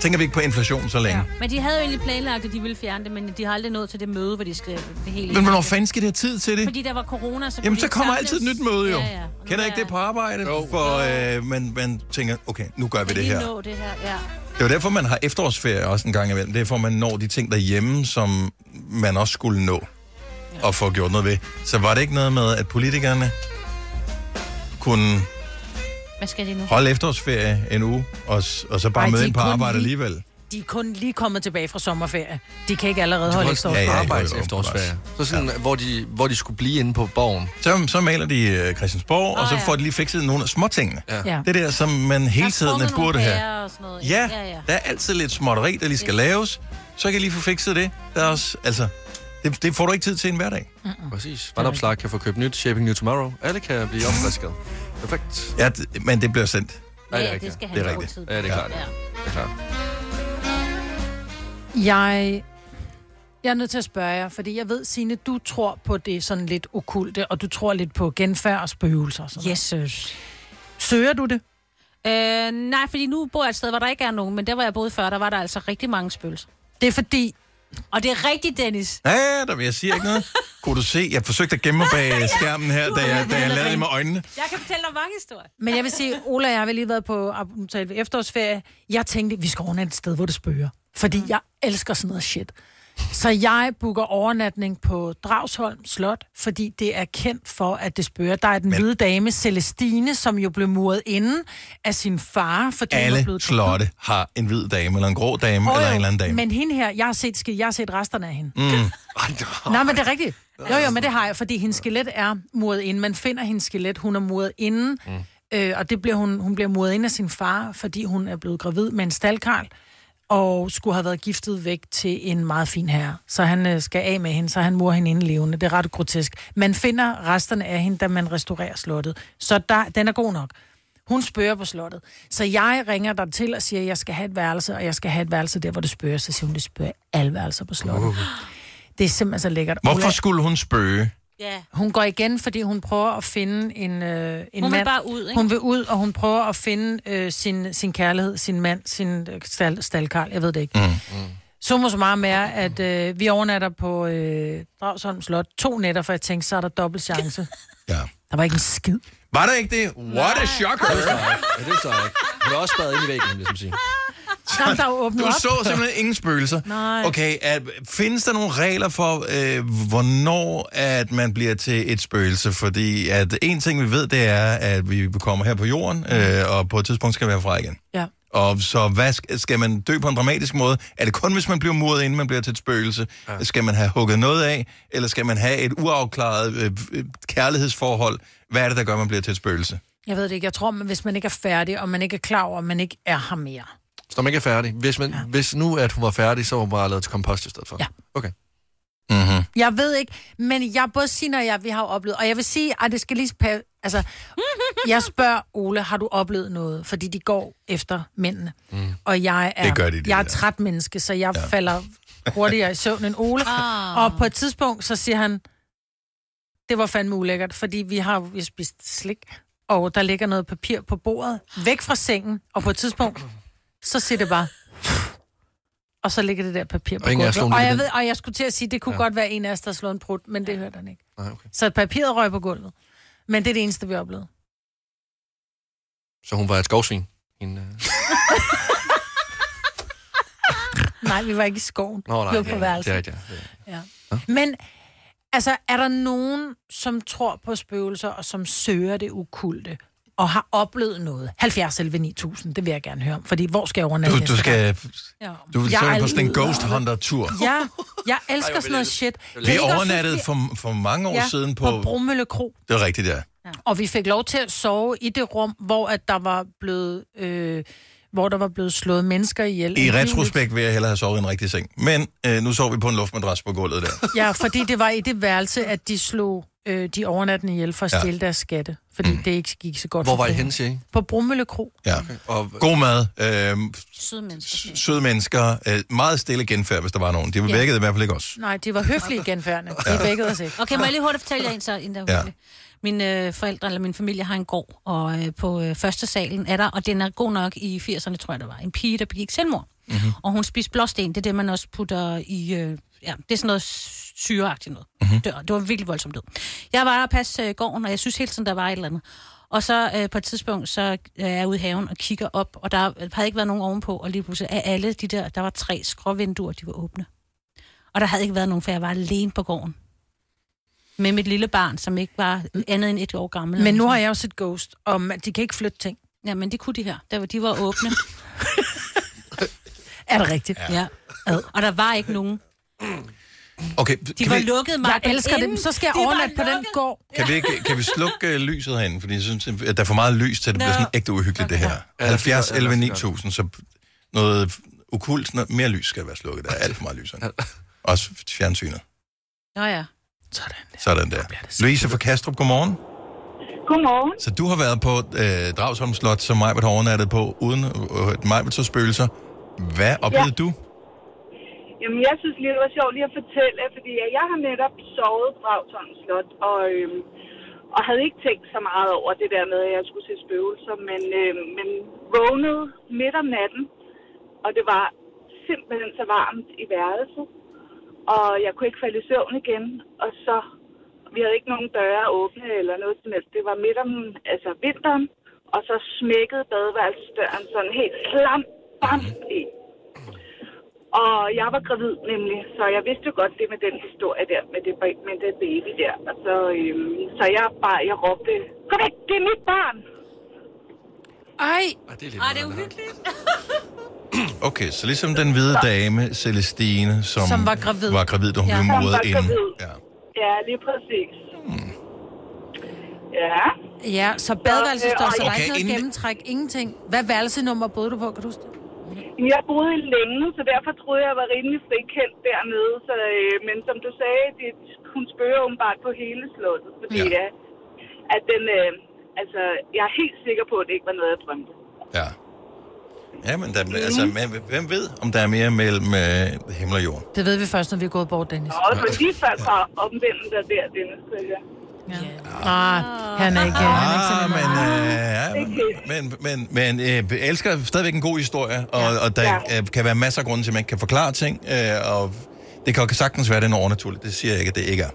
S1: tænker vi ikke på inflation så længe.
S4: Men de havde jo egentlig planlagt, at de ville fjerne det, men de har aldrig nået til det møde, hvor de skal det hele.
S1: Men hvornår fanden skal det have tid til det?
S4: Fordi der var corona, så
S1: Jamen,
S4: kunne
S1: så
S4: de
S1: kommer
S4: samles.
S1: altid et nyt møde, jo.
S4: Ja, ja. Og nu
S1: Kender
S4: er-
S1: ikke det på arbejde? For øh, man, man tænker, okay, nu gør vi
S4: Kan
S1: det
S4: lige
S1: her.
S4: nå det her, ja.
S1: Det er jo derfor, man har efterårsferie også en gang imellem. Det er for, at man når de ting derhjemme, som man også skulle nå og få gjort noget ved. Så var det ikke noget med, at politikerne kunne
S4: Hvad skal de nu?
S1: holde efterårsferie en uge, og, s- og så bare Ej,
S3: Ej, de
S1: møde
S3: er
S1: ind på
S3: kun
S1: arbejde
S3: lige-
S1: alligevel?
S3: De er kun lige kommet tilbage fra sommerferie. De kan ikke allerede holde ekstra
S2: ja, ja,
S1: arbejde
S2: arbejde efterårsferie. Så sådan, ja. hvor, de, hvor de skulle blive inde på borgen.
S1: Så, så maler de øh, Christiansborg, oh, og så får de lige fikset nogle af småtingene.
S2: Ja.
S1: Det der, som man hele tiden
S4: sprunget nogle
S1: burde
S4: pærer
S1: have.
S4: og sådan noget.
S1: Ja,
S4: Ja, ja.
S1: der er altid lidt småtteri, der lige skal laves. Så kan jeg lige få fikset det. Der er også, altså, det, det får du ikke tid til en hverdag.
S2: Præcis. Vandopslag kan få købt nyt, Shaping New Tomorrow. Alle kan blive opfrisket. Perfekt.
S1: Ja, det, men det bliver sendt.
S2: Nej,
S4: Ja,
S2: det
S4: det
S2: er rigtigt.
S4: skal han
S2: det er
S4: have
S2: rigtigt.
S4: god tid
S2: Ja, det er
S4: på.
S2: klart.
S4: Ja.
S2: Det er klart.
S3: Jeg, jeg er nødt til at spørge jer, fordi jeg ved, Signe, du tror på det sådan lidt okulte, og du tror lidt på genfærd og spøgelser. og Sådan
S4: Jesus.
S3: Søger du det?
S4: Øh, nej, fordi nu bor jeg et sted, hvor der ikke er nogen, men der, hvor jeg boede før, der var der altså rigtig mange spøgelser.
S3: Det er fordi...
S4: Og det er rigtigt, Dennis.
S1: Ja, der vil jeg sige ikke noget. Kunne du se, jeg forsøgte at gemme mig
S2: <laughs>
S1: bag skærmen her, da jeg, da jeg lavede det med øjnene.
S4: Jeg kan fortælle dig mange historier.
S3: Men jeg vil sige, Ola og jeg har lige været på ah, nu talte vi efterårsferie. Jeg tænkte, vi skal overnatte et sted, hvor det spøger.
S1: Mm.
S3: Fordi jeg elsker sådan noget shit. Så jeg booker overnatning på Dragsholm Slot, fordi det er kendt for, at det spørger. Der er den hvide dame, Celestine, som jo blev muret inde af sin far, fordi hun var
S1: Alle
S3: blevet
S1: slotte har en hvid dame, eller en grå dame,
S3: Åh,
S1: eller
S3: jo,
S1: en eller anden dame.
S3: Men hende her, jeg har set, ske- jeg har set resterne af hende.
S1: Mm.
S3: Nej, men det er rigtigt. Jo, jo, men det har jeg, fordi hendes skelet er muret inde. Man finder hendes skelet, hun er muret inde, mm. øh, og det bliver hun, hun bliver muret inde af sin far, fordi hun er blevet gravid med en staldkarl, og skulle have været giftet væk til en meget fin herre. Så han øh, skal af med hende, så han murer hende inde levende. Det er ret grotesk. Man finder resterne af hende, da man restaurerer slottet. Så der, den er god nok. Hun spørger på slottet. Så jeg ringer dig til og siger, at jeg skal have et værelse, og jeg skal have et værelse der, hvor det spørger. Så siger hun, det spørger alle værelser på slottet. Uh. Det er simpelthen så lækkert.
S1: Hvorfor
S3: Ulla-
S1: skulle hun spøge?
S4: Ja.
S3: Hun går igen, fordi hun prøver at finde en, øh, en
S4: Hun vil
S3: mand.
S4: bare ud, ikke?
S3: Hun vil ud, og hun prøver at finde øh, sin, sin kærlighed, sin mand, sin øh, stal, stalkarl, jeg ved det ikke. Mm. Så må så meget mere, at øh, vi overnatter på øh, Dragsholm Slot to nætter, for jeg tænkte, så er der dobbelt
S1: <laughs>
S3: chance.
S1: ja.
S3: Der var ikke en skid.
S1: Var der ikke det? What a shocker!
S2: Ja, det er så ikke. Hun er også spadet ind i væggen, hvis man siger.
S3: Jamen, der er jo åbnet
S1: Du
S3: op.
S1: så simpelthen ingen spøgelser.
S3: Nej.
S1: Okay, er, findes der nogle regler for, øh, hvornår at man bliver til et spøgelse? Fordi
S3: Mm.
S1: at en ting, vi ved, det er, at vi kommer her på jorden, øh, og på et tidspunkt skal vi herfra igen.
S3: Ja.
S1: Og så hvad skal, skal man dø på en dramatisk måde? Er det kun, hvis man bliver muret, inden man bliver til et spøgelse? Ja. Skal man have hugget noget af? Eller skal man have et uafklaret øh, øh, kærlighedsforhold? Hvad er det, der gør, at man bliver til et spøgelse?
S3: Jeg ved det ikke. Jeg tror, men hvis man ikke er færdig, og man ikke er klar over, at man ikke er her mere.
S2: Så når man ikke er færdig. Hvis, man, ja. hvis nu, at hun var færdig, så var hun bare lavet til kompost i stedet for.
S3: Ja.
S2: Okay.
S1: Mm-hmm.
S3: Jeg ved ikke, men jeg både Sina og jeg, vi har jo oplevet, og jeg vil sige, at det skal lige passe, altså, jeg spørger Ole, har du oplevet noget? Fordi de går efter mændene. Mm. Og jeg er,
S1: Det gør de, det
S3: jeg er
S1: der.
S3: træt menneske, så jeg ja. falder hurtigere i søvn end Ole.
S4: Ah.
S3: Og på et tidspunkt, så siger han, det var fandme ulækkert, fordi vi har jo- vi har spist slik, og der ligger noget papir på bordet, væk fra sengen, og på et tidspunkt, så siger det bare, og så ligger det der papir på
S2: Og ingen af os
S3: gulvet.
S2: slog
S3: Og
S2: ned i
S3: jeg,
S2: den.
S3: ved, og jeg skulle til at sige, det kunne
S2: Ja.
S3: ja. godt være en af os, der slog en brud, men det hørte han ikke.
S2: Nej, okay.
S3: Så papiret røg på gulvet. Men det er det eneste, vi oplevede.
S2: Så hun var et skovsvin. Hende, øh...
S3: Nej, vi var ikke i skoven.
S2: Nå, nej,
S3: vi var
S2: det er-
S3: på værelset.
S2: det er rigtigt, ja. Det
S3: ja. Men altså, er der nogen, som tror på spøgelser, og som søger det ukulte, og har oplevet noget? 70 11 9000, det vil jeg gerne høre om, fordi hvor skal jeg overnatte
S1: Du, du
S3: næste gang?
S1: skal...
S3: Ja.
S1: Du vil
S3: Jeg
S1: søge
S3: er
S1: på sådan en
S3: ligeglad.
S1: Ghost Hunter-tur.
S3: Ja, jeg
S1: Ej,
S3: elsker
S1: hvor vil
S3: sådan
S1: jeg-
S3: noget shit. Kan I
S1: Vi
S3: ikke også
S1: overnattede
S3: huske,
S1: for, for mange år
S3: ja,
S1: siden på...
S3: på Bromølle Kro.
S1: Det er rigtigt, ja.
S3: Ja. Og vi fik lov til at sove i det rum, hvor at der var blevet... Øh, hvor der var blevet slået mennesker ihjel.
S1: I
S3: Angiveligt.
S1: retrospekt vil jeg hellere have sovet i en rigtig seng. Men øh, nu sov vi på en luftmadras på gulvet der.
S3: Ja, fordi det var i det værelse, at de slog øh, de overnattende ihjel for at
S1: Ja.
S3: stjæle deres skatte. Fordi mm. det ikke gik så godt
S2: Hvor
S3: for
S2: var I
S3: dem.
S2: henne, siger I?
S3: På Brummølle Kro.
S1: Ja.
S2: Og...
S1: God mad, øh,
S4: Søde mennesker.
S1: søde mennesker, øh, meget stille genfærd, hvis der var nogen. De
S4: Ja.
S1: vækkede i hvert fald ikke os.
S3: Nej, de var høflige genfærdene.
S1: Ja.
S3: De vækkede os ikke.
S4: Okay, må jeg lige hurtigt fortælle jer en så, inden der er
S1: Ja.
S4: hurtigt. Mine øh, forældre eller min familie har en gård, og øh, på øh, første salen er der, og den er god nok i 80'erne, tror jeg, der var, en pige, der begik selvmord.
S1: Mhm.
S4: Mm-hmm. Og hun spiste blåsten, det er det, man også putter i, øh, ja, det er sådan noget syreagtigt noget.
S1: Mhm.
S4: Mm-hmm. Dør. Det var virkelig voldsomt død. Jeg var der og passe øh, gården, og jeg synes hele tiden, der var et eller andet. Og så øh, på et tidspunkt, så øh, er jeg ude i haven og kigger op, og der havde ikke været nogen ovenpå, og lige pludselig er alle de der, der var tre skråvinduer, de var åbne. Og der havde ikke været nogen, for jeg var alene på gården med mit lille barn, som ikke var andet end et år gammel.
S3: Men nu har jeg jo set Ghost, og man- de kan ikke flytte ting.
S4: Ja, men det kunne de her. Der var, de var åbne.
S3: <laughs> Er det rigtigt?
S4: ja. Og der var ikke nogen.
S1: Okay,
S4: De
S1: kan
S4: var
S1: vi,
S4: lukket mig.
S3: Jeg elsker dem. Så skal jeg overnatte på den gård.
S1: kan vi, ikke, kan vi slukke øh, lyset herinde? Fordi jeg synes, at der er for meget lys til, at det
S3: Nå.
S1: bliver sådan ægte uhyggeligt, det her.
S2: Ja, det er
S1: 70,
S2: fint, ja, det
S1: 11,
S2: er fint.
S1: 9000, så noget okult, noget, mere lys skal være slukket. Der er alt for meget lys herinde. Også fjernsynet.
S4: Nå ja.
S1: Sådan der. Louise fra Kastrup, godmorgen.
S17: Godmorgen.
S1: Så du har været på øh, Dragsholm Slot, som Majbert har overnattet på, uden øh, Majbert så spøgelser. Hvad oplevede ja. du?
S17: Jamen, jeg synes lige, det var sjovt lige at fortælle, fordi at jeg har netop sovet på Dragsholm Slot, og, øhm, og havde ikke tænkt så meget over det der med, at jeg skulle se spøgelser, men, øhm, men vågnede midt om natten, og det var simpelthen så varmt i værelset, og jeg kunne ikke falde i søvn igen, og så, vi havde ikke nogen døre åbne eller noget som helst, det var midt om, altså vinteren, og så smækkede badeværelsesdøren sådan helt slam, bam, i. Og jeg var gravid nemlig, så jeg vidste jo godt det med den historie der, med det, ba- med det baby der. Og så, øhm, så jeg bare, jeg råbte, kom væk, det er mit barn!
S3: Ej!
S2: det er,
S4: Ej, det er uhyggeligt.
S1: Okay, så ligesom den hvide dame, Celestine, som,
S17: Som var gravid.
S1: var gravid, da hun ja. blev
S17: Som
S1: modet
S17: var
S1: inden.
S17: gravid.
S1: Ja.
S17: Ja, lige præcis. Ja.
S3: Ja, så badeværelsesdør, så der er
S17: Okay,
S3: ikke noget
S17: inden-
S3: gennemtræk. Ingenting. Hvad værelsenummer boede du på, kan du huske det?
S17: Jamen, Jeg boede i længe, så derfor troede jeg, jeg var rimelig frikendt dernede. Så, øh, men som du sagde, det, hun spørger åbenbart på hele slottet, fordi ja. at, at den, øh, altså, jeg er helt sikker på, at det ikke var noget, jeg drømte.
S1: Ja. Ja, men der, altså, men hvem ved, om der er mere mellem øh, himmel og jord?
S3: Det ved vi først, når vi er gået bort, Dennis.
S17: Og så de folk har omvendt dig der, Dennis. Ja.
S3: Nej, han er ikke, han er ikke sådan
S1: Ah, men, øh, ja, men, men, men øh, jeg elsker stadigvæk en god historie, og, og der øh, kan være masser af grunde til, at man ikke kan forklare ting, øh, og det kan jo sagtens være, det er noget overnaturligt. Det siger jeg ikke, at det ikke er.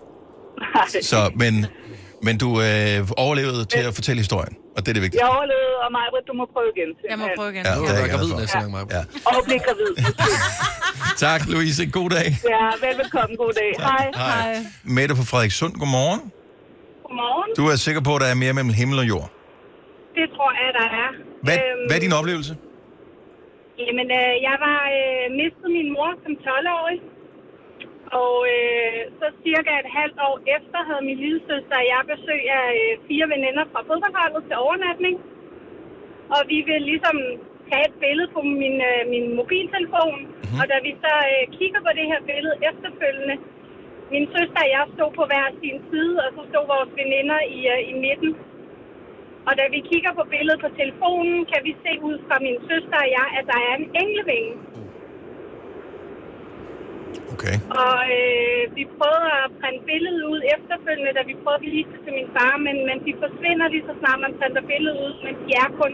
S1: Så, men, men du øh, overlevede til at fortælle historien, og det er det vigtigste.
S17: Jeg overlevede, og Majbrit, du må prøve igen. Jeg må prøve
S3: igen.
S1: Ja, det er jeg glad for. Ja.
S17: Og blive gravid.
S1: Tak, Louise. God dag.
S17: Ja, velbekomme. God dag. Hej.
S1: Hej. Mette fra Frederikssund, godmorgen.
S17: Godmorgen.
S1: Du er sikker på, at der er mere mellem himmel og jord.
S17: Det tror jeg, der er.
S1: Hvad, øhm... hvad er din oplevelse?
S9: Jamen, øh, jeg var øh, mistet min mor som 12-årig. Og øh, så cirka et halvt år efter havde min lille søster og jeg besøg af øh, fire veninder fra fodboldholdet til overnatning. Og vi ville ligesom tage et billede på min, øh, min mobiltelefon.
S1: Mhm.
S9: Mm-hmm. Og da vi så øh, kigger på det her billede efterfølgende, min søster og jeg stod på hver sin side, og så stod vores veninder i, øh, i midten. Og da vi kigger på billedet på telefonen, kan vi se ud fra min søster og jeg, at der er en englevinge.
S1: Okay.
S9: Og øh, vi prøvede at printe billedet ud efterfølgende, da vi prøvede at vise det til min far, men, men de forsvinder lige så snart man printer billedet ud, men de er kun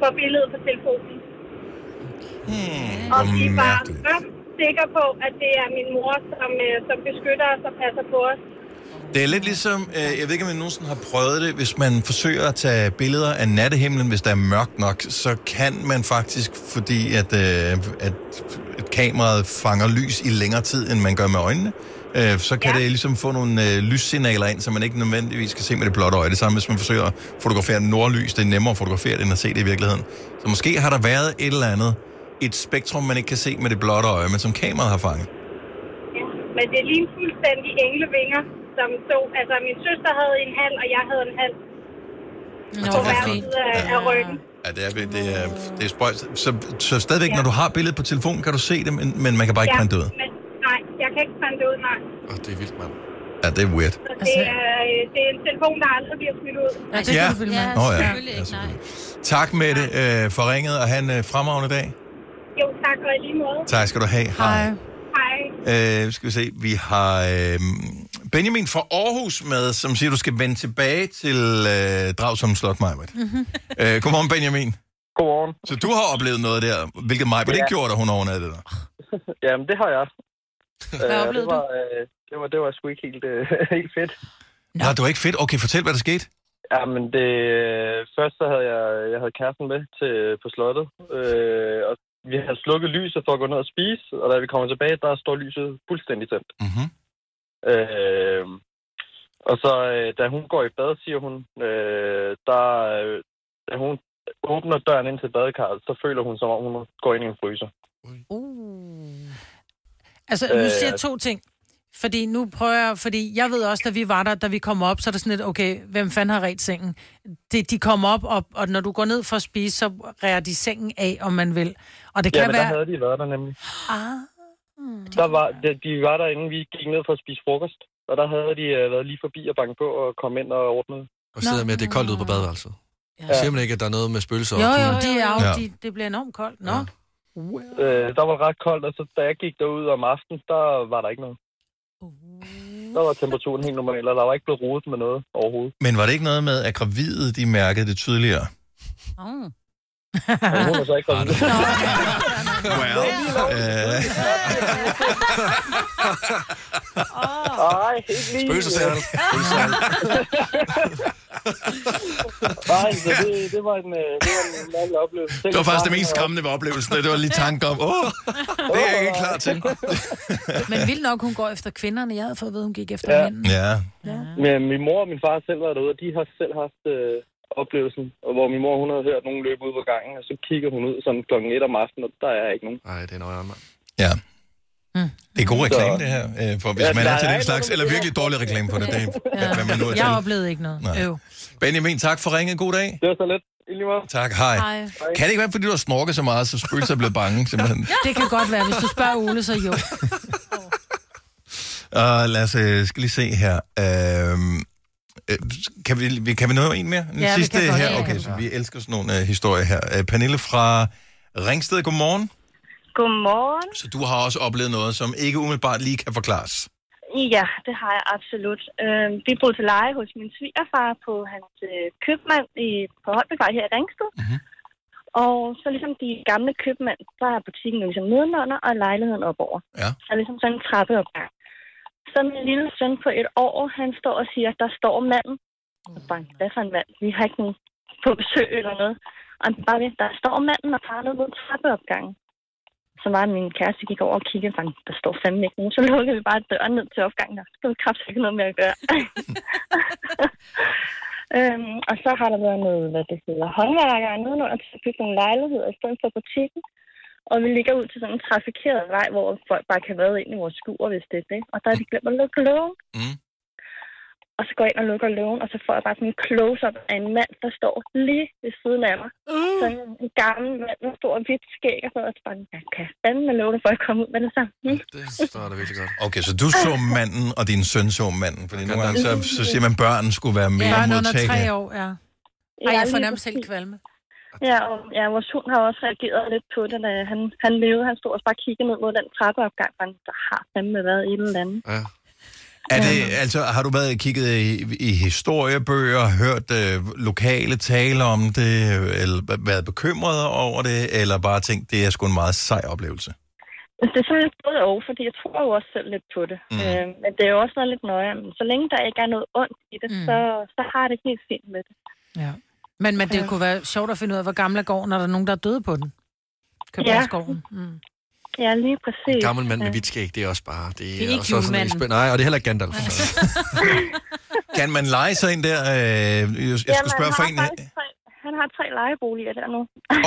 S9: på billedet på telefonen. Okay. Og vi var ret sikre på, at det er min mor, som, øh, som beskytter os og passer på os.
S1: Det er lidt ligesom, øh, jeg ved ikke, om jeg nogensinde har prøvet det, hvis man forsøger at tage billeder af nattehimlen, hvis der er mørkt nok, så kan man faktisk, fordi at, øh, at, at kameraet fanger lys i længere tid, end man gør med øjnene, øh, så kan ja. det ligesom få nogle øh, lyssignaler ind, som man ikke nødvendigvis kan se med det blotte øje. Det samme, hvis man forsøger at fotografere nordlys, det er nemmere at fotografere det, end at se det i virkeligheden. Så måske har der været et eller andet, et spektrum, man ikke kan se med det blotte øje, men som kameraet har fanget.
S9: Men det lignede fuldstændig englevinger, som stod. Altså, min søster havde en halv, og jeg havde en halv. Nå, på hver side af, af
S1: Ah.
S9: ryggen.
S1: Ja, det er, det er, det er spøjst. Så, så stadigvæk, ja. når du har billedet på telefonen, kan du se det, men, men man kan bare ikke ja. printe det ud.
S9: Men, nej, jeg kan ikke printe det ud, nej.
S1: Oh, det er vildt, mand. Ja, det er weird.
S9: Så det, er, øh, det er en telefon, der aldrig bliver smidt ud.
S1: Ja, det kan du vel med. Nå, ja. selvfølgelig
S9: ikke, nej.
S1: Tak, Mette, øh, for ringet, og have en øh, fremragende dag.
S9: Jo, tak, og i lige måde.
S1: Tak skal du have. Hej.
S9: Hej.
S1: Øh, skal vi se, vi har øh, Benjamin fra Aarhus med, som siger, du skal vende tilbage til øh, Dragsom Slot, Majbert. <laughs> øh, godmorgen, Benjamin.
S15: Godmorgen.
S1: Så du har oplevet noget der, hvilket Majbert
S15: Ja.
S1: ja. ikke gjorde, da hun overnattede der.
S15: Jamen, det har jeg.
S1: Hvad
S15: Øh,
S1: oplevede
S15: det var, øh, det var, det var sgu ikke helt, øh, <laughs> helt fedt.
S1: Nå. Nej, det var ikke fedt. Okay, fortæl, hvad der skete.
S15: Jamen, det, øh, først så havde jeg, jeg havde kæresten med til, på slottet, øh, og vi havde slukket lyset for at gå ned og spise, og da vi kommer tilbage, der står lyset fuldstændig tændt.
S1: Mm-hmm.
S15: Øh, og så, øh, da hun går i bad, siger hun, øh, der, øh, da hun åbner døren ind til badekarret, så føler hun, som om hun går ind i en fryser.
S3: Altså, nu
S15: Øh,
S3: siger jeg
S15: altså-
S3: to ting. Fordi nu prøver jeg, fordi jeg ved også, da vi var der, da vi kom op, så er der sådan lidt, okay, hvem fanden har ret sengen? Det, de kom op, og, og, når du går ned for at spise, så rærer de sengen af, om man vil. Og det kan
S15: Jamen,
S3: være...
S15: der havde de været der nemlig.
S3: Ah.
S15: Der var, de, de var der, inden vi gik ned for at spise frokost. Og der havde de øh, været lige forbi og banke på og komme ind og ordne.
S2: Og sidder med, at det er koldt ude på badeværelset. Ja. Siger man ikke, at der er noget med spøgelser?
S3: Jo,
S2: og
S3: jo,
S2: kulde?
S3: de er jo, de, det bliver enormt koldt. Nå. Ja.
S15: Øh, der var ret koldt, og så da jeg gik derud om aftenen, der var der ikke noget.
S3: Uh.
S15: Der var temperaturen helt normal, og der var ikke blevet rodet med noget overhovedet.
S1: Men var det ikke noget med, at gravide, de mærkede det tydeligere?
S4: Oh.
S15: Og
S3: Ah.
S15: hun er så ikke kommet
S3: <laughs>
S1: <laughs> Well. øh,
S15: Nej, ikke lige.
S2: Spøgelsesager.
S15: Nej, så det, det var en, øh, det var en mærkelig oplevelse.
S1: det var faktisk det mest skræmmende ved oplevelsen, og det var lige tanken om, åh, det er jeg ikke klar til.
S3: Men vildt nok, hun går efter kvinderne. Jeg havde fået at vide, hun gik efter ja.
S15: Ja.
S3: mændene.
S1: Ja.
S15: Men min mor og min far har selv var derude, og de har selv haft øh, oplevelsen, og hvor min mor hun havde hørt nogen løbe ud på gangen, og så kigger hun ud sådan klokken 1 om aftenen, og der er ikke nogen.
S2: Nej, det er noget mand.
S1: Ja. Det er god reklame, det her. øh, For hvis
S2: Ja,
S1: man
S2: der
S1: er til
S2: er
S1: den
S2: ikke
S1: slags,
S2: noget,
S1: eller virkelig dårlig reklame for det,
S15: <laughs>
S1: det er, hvad- hvad man nu er
S3: Jeg
S1: til.
S3: oplevede ikke noget.
S1: Nej.
S3: Øv.
S1: Benjamin, tak for ringet. God dag.
S15: Det var så lidt. I lige måde.
S1: Tak, hej.
S3: Hej.
S1: Kan det ikke være, fordi du har snorket så meget, så spøgelser er blevet bange? Simpelthen.
S3: Det kan godt være, hvis du spørger Ole, så jo.
S1: Og lad os øh, skal lige se her. Øhm, øh, kan, vi, vi- kan vi nå en mere? Den
S18: Ja, vi
S1: sidste
S18: kan godt. Ja,
S1: her.
S18: ja,
S1: Okay,
S18: ja.
S1: så vi elsker sådan nogle øh, historier her. Øh, Pernille fra Ringsted, godmorgen.
S18: Godmorgen.
S1: Så du har også oplevet noget, som ikke umiddelbart lige kan forklares.
S18: Ja, det har jeg absolut. Øh, vi boede til leje hos min svigerfar på hans øh, købmand i, på Holbækvej her i Ringsted. Mm-hmm. Og så ligesom de gamle købmænd, så er butikken jo ligesom nedenunder og lejligheden opover.
S1: Ja.
S18: Så er ligesom sådan en trappeopgang. Så min lille søn på et år, han står og siger, der står manden. Og bank, hvad for en mand? Vi har ikke nogen på besøg eller noget. Og han bare, ved, der står manden og peger ned mod trappeopgangen. så var min kæreste gik over og kiggede, og der står fandme ikke nogen. Så lukkede vi bare døren ned til opgangen, og der var kraftigt ikke noget med at gøre. øhm, og så har der været noget, hvad det hedder, håndværkere nedenunder til at bygge nogle lejligheder i stedet for butikken. Og vi ligger ud til sådan en trafikeret vej, hvor folk bare kan vade ind i vores skur, hvis det er det. Og der er de glemt at lukke lågen.
S1: Mm.
S18: Og så går jeg ind og lukker lågen, og så får jeg bare sådan en close-up af en mand, der står lige ved siden af mig.
S3: Mm.
S18: Sådan en gammel mand med stor hvidt skæg og sådan noget. Og så bare, jeg kan fandme love dig, for jeg kommer ud med det samme. Mm.
S2: Så er det virkelig godt.
S1: Okay, så du så manden, og din søn så manden. Fordi nogle gange, så, så siger man, at børn skulle være mere
S3: Børn under
S1: modtagelige.
S3: tre år, ja. Ej, jeg
S18: lige
S3: får nærmest
S18: præcis.
S3: helt kvalme.
S18: Ja, og ja, vores hund har også reageret lidt på det, da han, han levede. Han stod og bare kiggede ned mod den trappeopgang, og han, der har fandme været et eller andet.
S2: Ja.
S1: Er det, altså, har du været kigget i, i historiebøger, hørt øh, lokale tale om det, øh, eller væ- været bekymret over det, eller bare tænkt, det er sgu en meget sej oplevelse?
S18: Men Det er sådan lidt både og, fordi jeg tror jo også selv lidt på det. Mm. Øh, men det er jo også noget lidt nøje. Men så længe der ikke er noget ondt i det, mm. så, så har jeg det ikke helt fint med det.
S3: Ja. Men, men det kunne være sjovt at finde ud af, hvor gammel er gården, når der er nogen, der er døde på den. Københavnsgården. Ja. Mm.
S18: Ja, lige præcis.
S2: En Øh, gammel mand med hvidt skæg, det er også bare... Det er,
S3: ikke
S2: også sådan
S3: julemanden.
S2: spændende. Nej, og det er heller ikke Gandalf. Så.
S1: Kan man lege sig ind der? Øh, jeg, jeg skulle
S18: men
S1: spørge
S18: han
S1: for
S18: har
S1: en...
S18: faktisk Tre, han har tre lejeboliger der nu.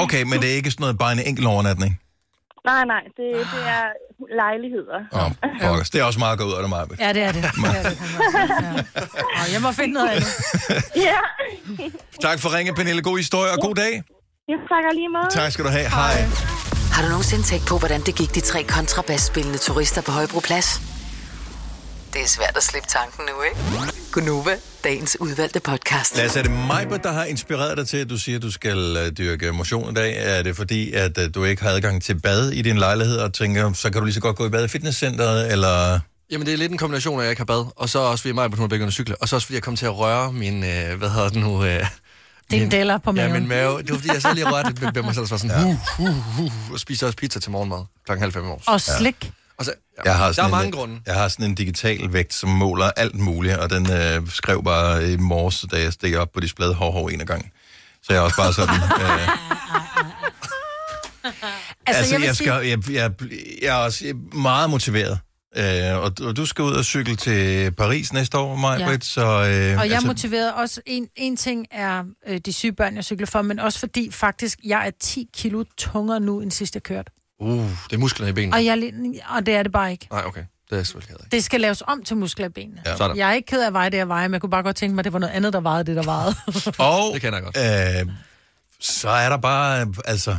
S1: Okay, men det er ikke sådan noget, bare en enkelt overnatning?
S18: Nej, nej, det, det er lejligheder.
S1: Åh, oh, pokkers. Det er også meget gået ud af dig, Maja.
S3: Ja, det er det. det, er det. Ja. Og jeg må finde noget andet.
S18: <laughs> ja.
S1: Tak for ringe, Pernille. God historie og god dag.
S18: Jeg takker lige meget.
S1: Tak skal du have. Hej.
S5: Har du nogensinde tænkt på, hvordan det gik de tre kontrabasspillende turister på Højbroplads? Det er svært at slippe tanken nu, ikke? Gunova, dagens udvalgte podcast.
S1: Lad os er det Majbert, der har inspireret dig til, at du siger, at du skal øh, dyrke motion i dag. Er det fordi, at øh, du ikke har adgang til bad i din lejlighed, og tænker, så kan du lige så godt gå i bad i fitnesscenteret, eller...
S2: Jamen, det er lidt en kombination af, at jeg ikke har bad, og så også fordi mig, at hun er begyndt at cykle, og så også fordi jeg kom til at røre min, øh, hvad hedder det nu... Øh,
S3: Det er en deller på maven.
S2: Ja, min mave. Det var fordi, jeg sad lige og rørte lidt ved- ved
S3: <laughs>
S2: mig selv, så var sådan, ja. uh, uh, uh, og spiste også pizza til morgenmad klokken halv fem i morges.
S3: Og slik.
S2: Og så, ja,
S1: Jeg har
S2: der
S1: sådan
S2: er mange
S1: en,
S2: grunde.
S1: Jeg har sådan en digital vægt, som måler alt muligt, og den øh, skrev bare i morges, da jeg steg op på de splade hår, hår en af gangen. Så jeg er også bare
S2: <laughs>
S1: sådan... Øh, Altså, altså jeg, jeg, skal, jeg, jeg, jeg er også meget motiveret. Øh, og, du- og du skal ud og cykle til Paris næste år, Maja,
S3: Ja.
S1: ja. så... Øh, og jeg
S3: Og jeg
S2: altså-
S3: er motiveret også. En, en ting er øh, de syge børn, jeg cykler for, men også fordi faktisk, jeg er 10 kilo tungere nu, end sidst jeg kørte.
S2: Uh, det er musklerne i benene.
S3: Og, jeg, er lidt- og det er det bare ikke.
S2: Nej, okay. Det er jeg selvfølgelig ked af.
S3: Det skal laves om til muskler i benene.
S2: Ja. Sådan.
S3: Jeg er ikke ked af at veje det, jeg vejer, men jeg kunne bare godt tænke mig, at det var noget andet, der vejede det, der vejede.
S1: Og,
S2: det kender jeg
S1: godt. Øh, så er der bare, øh, altså...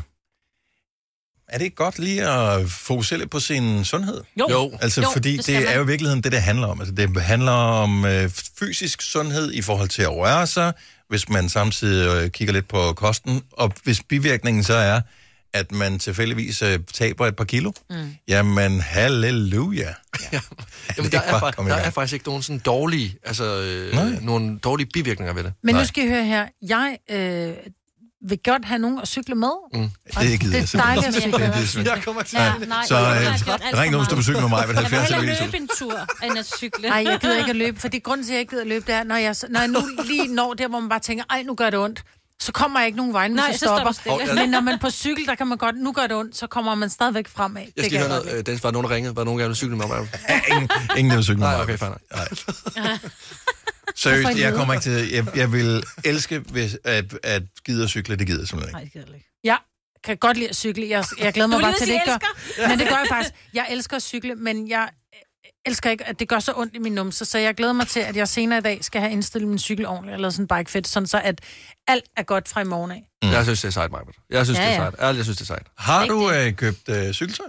S1: Er det ikke godt lige at fokusere lidt på sin sundhed?
S2: Jo. Jo.
S1: Altså,
S2: Jo,
S1: fordi
S2: det
S1: det,
S2: skal
S1: det
S2: man.
S1: er jo i virkeligheden det, det handler om. Altså, det handler om øh, fysisk sundhed i forhold til at røre sig, hvis man samtidig øh, kigger lidt på kosten, og hvis bivirkningen så er, at man tilfældigvis øh, taber et par kilo, mm. jamen halleluja. Ja.
S2: Jamen, der, er, fa- der er faktisk ikke nogen sådan dårlige, altså, øh, nogle dårlige bivirkninger ved det.
S3: <laughs> Men nu skal I høre her. Jeg øh, vil godt have nogen at cykle med.
S2: Mm.
S1: Det gider
S3: det
S1: jeg
S3: er
S1: simpelthen
S3: dejligt at
S1: ikke.
S3: cykle
S1: Det- det er
S3: med.
S1: simpelthen-
S2: Jeg kommer til
S1: Nej.
S4: Ja, nej,
S1: Så
S4: jeg har gjort alt
S1: øh,
S4: for
S1: ring nogen, der
S4: meget.
S1: besøger med mig ved
S4: Jeg vil
S1: 70
S4: hellere
S1: eller
S4: løbe en tur, end at cykle.
S3: Nej, jeg gider ikke at løbe, fordi grunden til, at jeg ikke gider at løbe, det er, når jeg, når jeg nu lige når der, hvor man bare tænker, ej, nu gør det ondt, så kommer jeg ikke nogen vej, nu
S4: Nej,
S3: så
S4: så står
S3: stopper.
S4: du stille.
S3: Men når man på cykel, der kan man godt, nu gør det ondt, så kommer man stadigvæk fremad.
S2: Jeg
S3: det
S2: skal
S3: kan
S2: lige
S3: jeg
S2: høre
S3: godt.
S2: noget. Øh, Dennis, var der nogen, der ringede? Var der nogen, der gerne ville cykle med mig?
S1: ingen, ingen der vil cykle med
S2: Nej,
S1: mig.
S2: okay, fair nok.
S3: Hvorfor en
S1: Seriøst, jeg
S3: leder?
S1: kommer ikke til... Jeg, jeg vil elske, hvis, at, at gide at cykle, det gider jeg simpelthen ikke.
S3: Jeg kan godt lide at cykle. Jeg, jeg glæder
S4: Du
S3: mig
S4: vil
S3: bare
S4: lige
S3: til, at det
S4: sige
S3: ikke gør.
S4: elsker.
S3: Men det gør jeg faktisk. Jeg elsker at cykle, men jeg elsker ikke, at det gør så ondt i min numse. Så jeg glæder mig til, at jeg senere i dag skal have indstillet min cykel ordentligt, eller sådan en bike fit, sådan så at alt er godt fra i morgen af.
S2: Mm. Jeg synes, det er sejt, Majbert. Jeg synes,
S3: Ja,
S2: det er
S3: ja.
S2: sejt. Ærligt, jeg synes, det er sejt.
S1: Har du øh, købt øh, cykeltøj?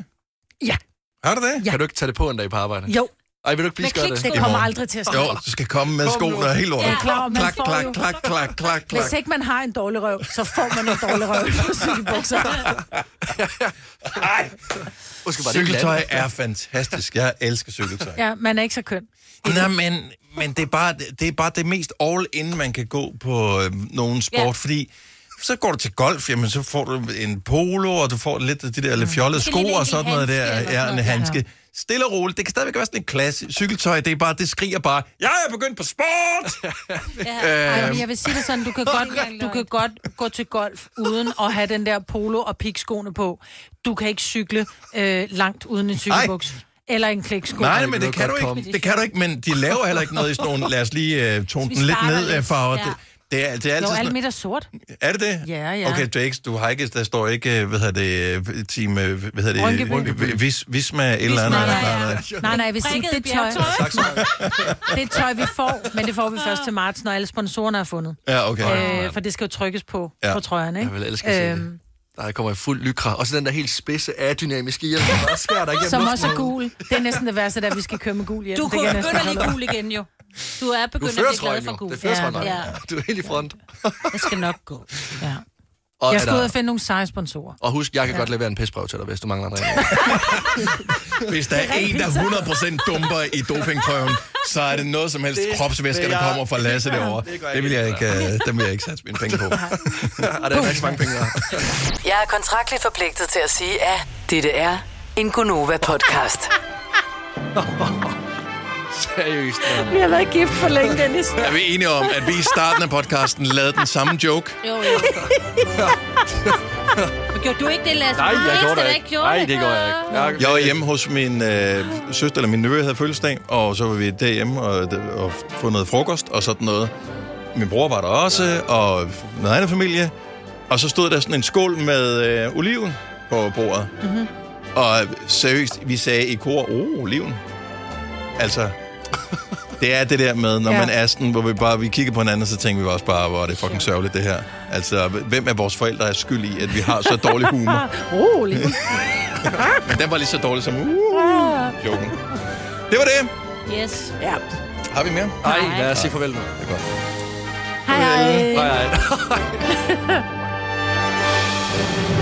S3: Ja.
S1: Har du det?
S3: Ja.
S2: Kan du ikke tage det på en dag på arbejde?
S3: Jo.
S2: Ej, vil du ikke please gøre det?
S3: klikstrik kommer I morgen. aldrig til at ske.
S1: Jo, du skal komme med
S2: Kom nu.
S1: skoene og helt lortet.
S3: Ja, klar, og man
S1: klak,
S3: får
S1: klak,
S3: jo-
S1: klak, klak, klak, klak.
S3: Hvis ikke man har en dårlig røv, så får man en dårlig røv
S1: <laughs>
S3: på cykelbukser.
S2: Undskyld, var det ikke
S1: Cykeltøj
S2: landet?
S1: er fantastisk. Jeg elsker cykeltøj.
S3: Ja, man er ikke så køn.
S1: Nej, men, men det, er bare, det er bare det mest all-in, man kan gå på øh, nogen sport,
S3: Ja.
S1: ja. fordi så går du til golf, jamen så får du en polo, og du får lidt af de der lidt fjollede
S2: Måske lidt
S1: sko
S2: en
S1: og sådan noget
S2: handske
S1: der.
S2: eller
S1: Ja,
S2: sådan
S1: en
S2: noget, ja.
S1: handske. Stille og roligt. Det kan stadigvæk være sådan en klasse. Cykeltøj, det er bare, det skriger bare, jeg er begyndt på sport!
S3: Ej,
S1: Øhm.
S3: men jeg vil sige det sådan, du kan, godt, du kan godt gå til golf uden at have den der polo og pikskoene på. Du kan ikke cykle øh, langt uden en cykelbuks. Eller en kliksko.
S1: Nej, men det kan, du ikke, det kan du ikke, men de laver heller ikke noget i sådan nogle, lad os lige uh, tone
S3: Vi
S1: den lidt
S3: starter
S1: ned,
S3: lidt,
S1: øh, farver.
S3: ja.
S1: Det, Det er, det er
S4: Jo,
S1: altid sådan,
S4: alt midt er sort.
S1: Er det det?
S4: Ja, ja.
S1: Okay, Jakes, du har ikke, der står ikke, øh, hvad hedder det, øh, team, øh, hvad hedder det?
S4: Rynkeby.
S1: Rynkeby. Vis, Visma et eller andet.
S3: Visma,
S1: Nej,
S3: ja,
S1: nej,
S3: ja.
S1: nej.
S3: Nej, nej, hvis ikke
S4: Prikket
S3: det tøj.
S4: bjergtøj.
S3: <laughs> Det tøj, vi får, men det får vi først til marts, når alle sponsorerne er fundet.
S1: Ja, okay.
S3: Øh, for det skal jo trykkes på,
S2: Ja.
S3: ja. på trøjerne, ikke? Øhm,
S2: Jeg vil elske at se det. Der kommer i fuld lykra. Og så den der helt spidse af dynamiske hjelm. der bare skærer dig igennem
S3: Som også er
S2: luften.
S3: gul. Det er næsten det værste, at vi skal køre med gul hjem.
S4: Du
S3: Det
S4: kunne
S3: kan jeg
S4: begynde
S3: næsten
S4: at lide
S3: holde
S4: gul
S3: ud.
S4: igen jo. Du er
S2: Du
S4: begyndt at
S2: fører
S4: blive glad
S2: trøjen
S4: for
S2: jo.
S4: gul.
S2: Det fører trøjen,
S4: ja, ja.
S2: Du er helt i front.
S4: Det skal nok gå. Ja.
S2: Og,
S3: Jeg
S2: er
S3: skal ud
S2: der,
S3: og finde nogle seje sponsorer.
S2: og husk, jeg kan
S3: Ja.
S2: godt levere en pisprøve til dig, hvis du mangler en ring.
S1: Hvis der er en, der 100% dumper i dopingprøven, så er det noget som helst
S2: Det
S1: kropsvæsker,
S2: vil
S1: der
S2: jeg-
S1: kommer fra Lasse derovre.
S2: <laughs> Det gør jeg
S1: Det vil jeg
S2: ikke.
S1: ikke, øh, dem vil jeg ikke satse mine
S3: <laughs>
S1: penge på.
S2: Og der er ikke så mange penge der.
S5: Jeg er kontraktligt forpligtet til at sige, at dette er en Gunova-podcast.
S2: Seriøst.
S3: Vi har været gift for længe, Dennis.
S1: Er vi enige om, at vi i starten af podcasten lavede den samme joke?
S4: Jo, jo. Men gjorde du ikke det, Lasse?
S1: Nej, jeg
S4: Du er den
S1: gjorde
S4: eneste,
S1: det
S4: der
S1: ikke. Nej, det gjorde jeg
S4: ikke.
S1: Jeg var hjemme hos min øh, søster, eller min nevø havde fødselsdag, og så var vi derhjemme og, og få noget frokost og sådan noget. Min bror var der også, og noget andet familie. Og så stod der sådan en skål med øh, oliven på bordet.
S11: Mm-hmm.
S1: Og seriøst, vi sagde i kor, oh, oliven. Altså, det er det der med, når
S11: Ja.
S1: ja. man er sådan, hvor vi bare vi kigger på hinanden, så tænker vi også bare, hvor er det fucking sørgeligt det her. Altså, hvem af vores forældre er skyld i, at vi har så dårlig humor?
S3: <laughs> Rolig.
S1: <laughs> Men den var lige så dårlig som uh, joken. Det var det.
S4: Yes.
S3: Ja.
S1: Har vi mere?
S2: Nej, lad os sige farvel nu.
S1: Det er godt.
S3: <laughs>
S4: Hej, hej.
S2: hej. hej.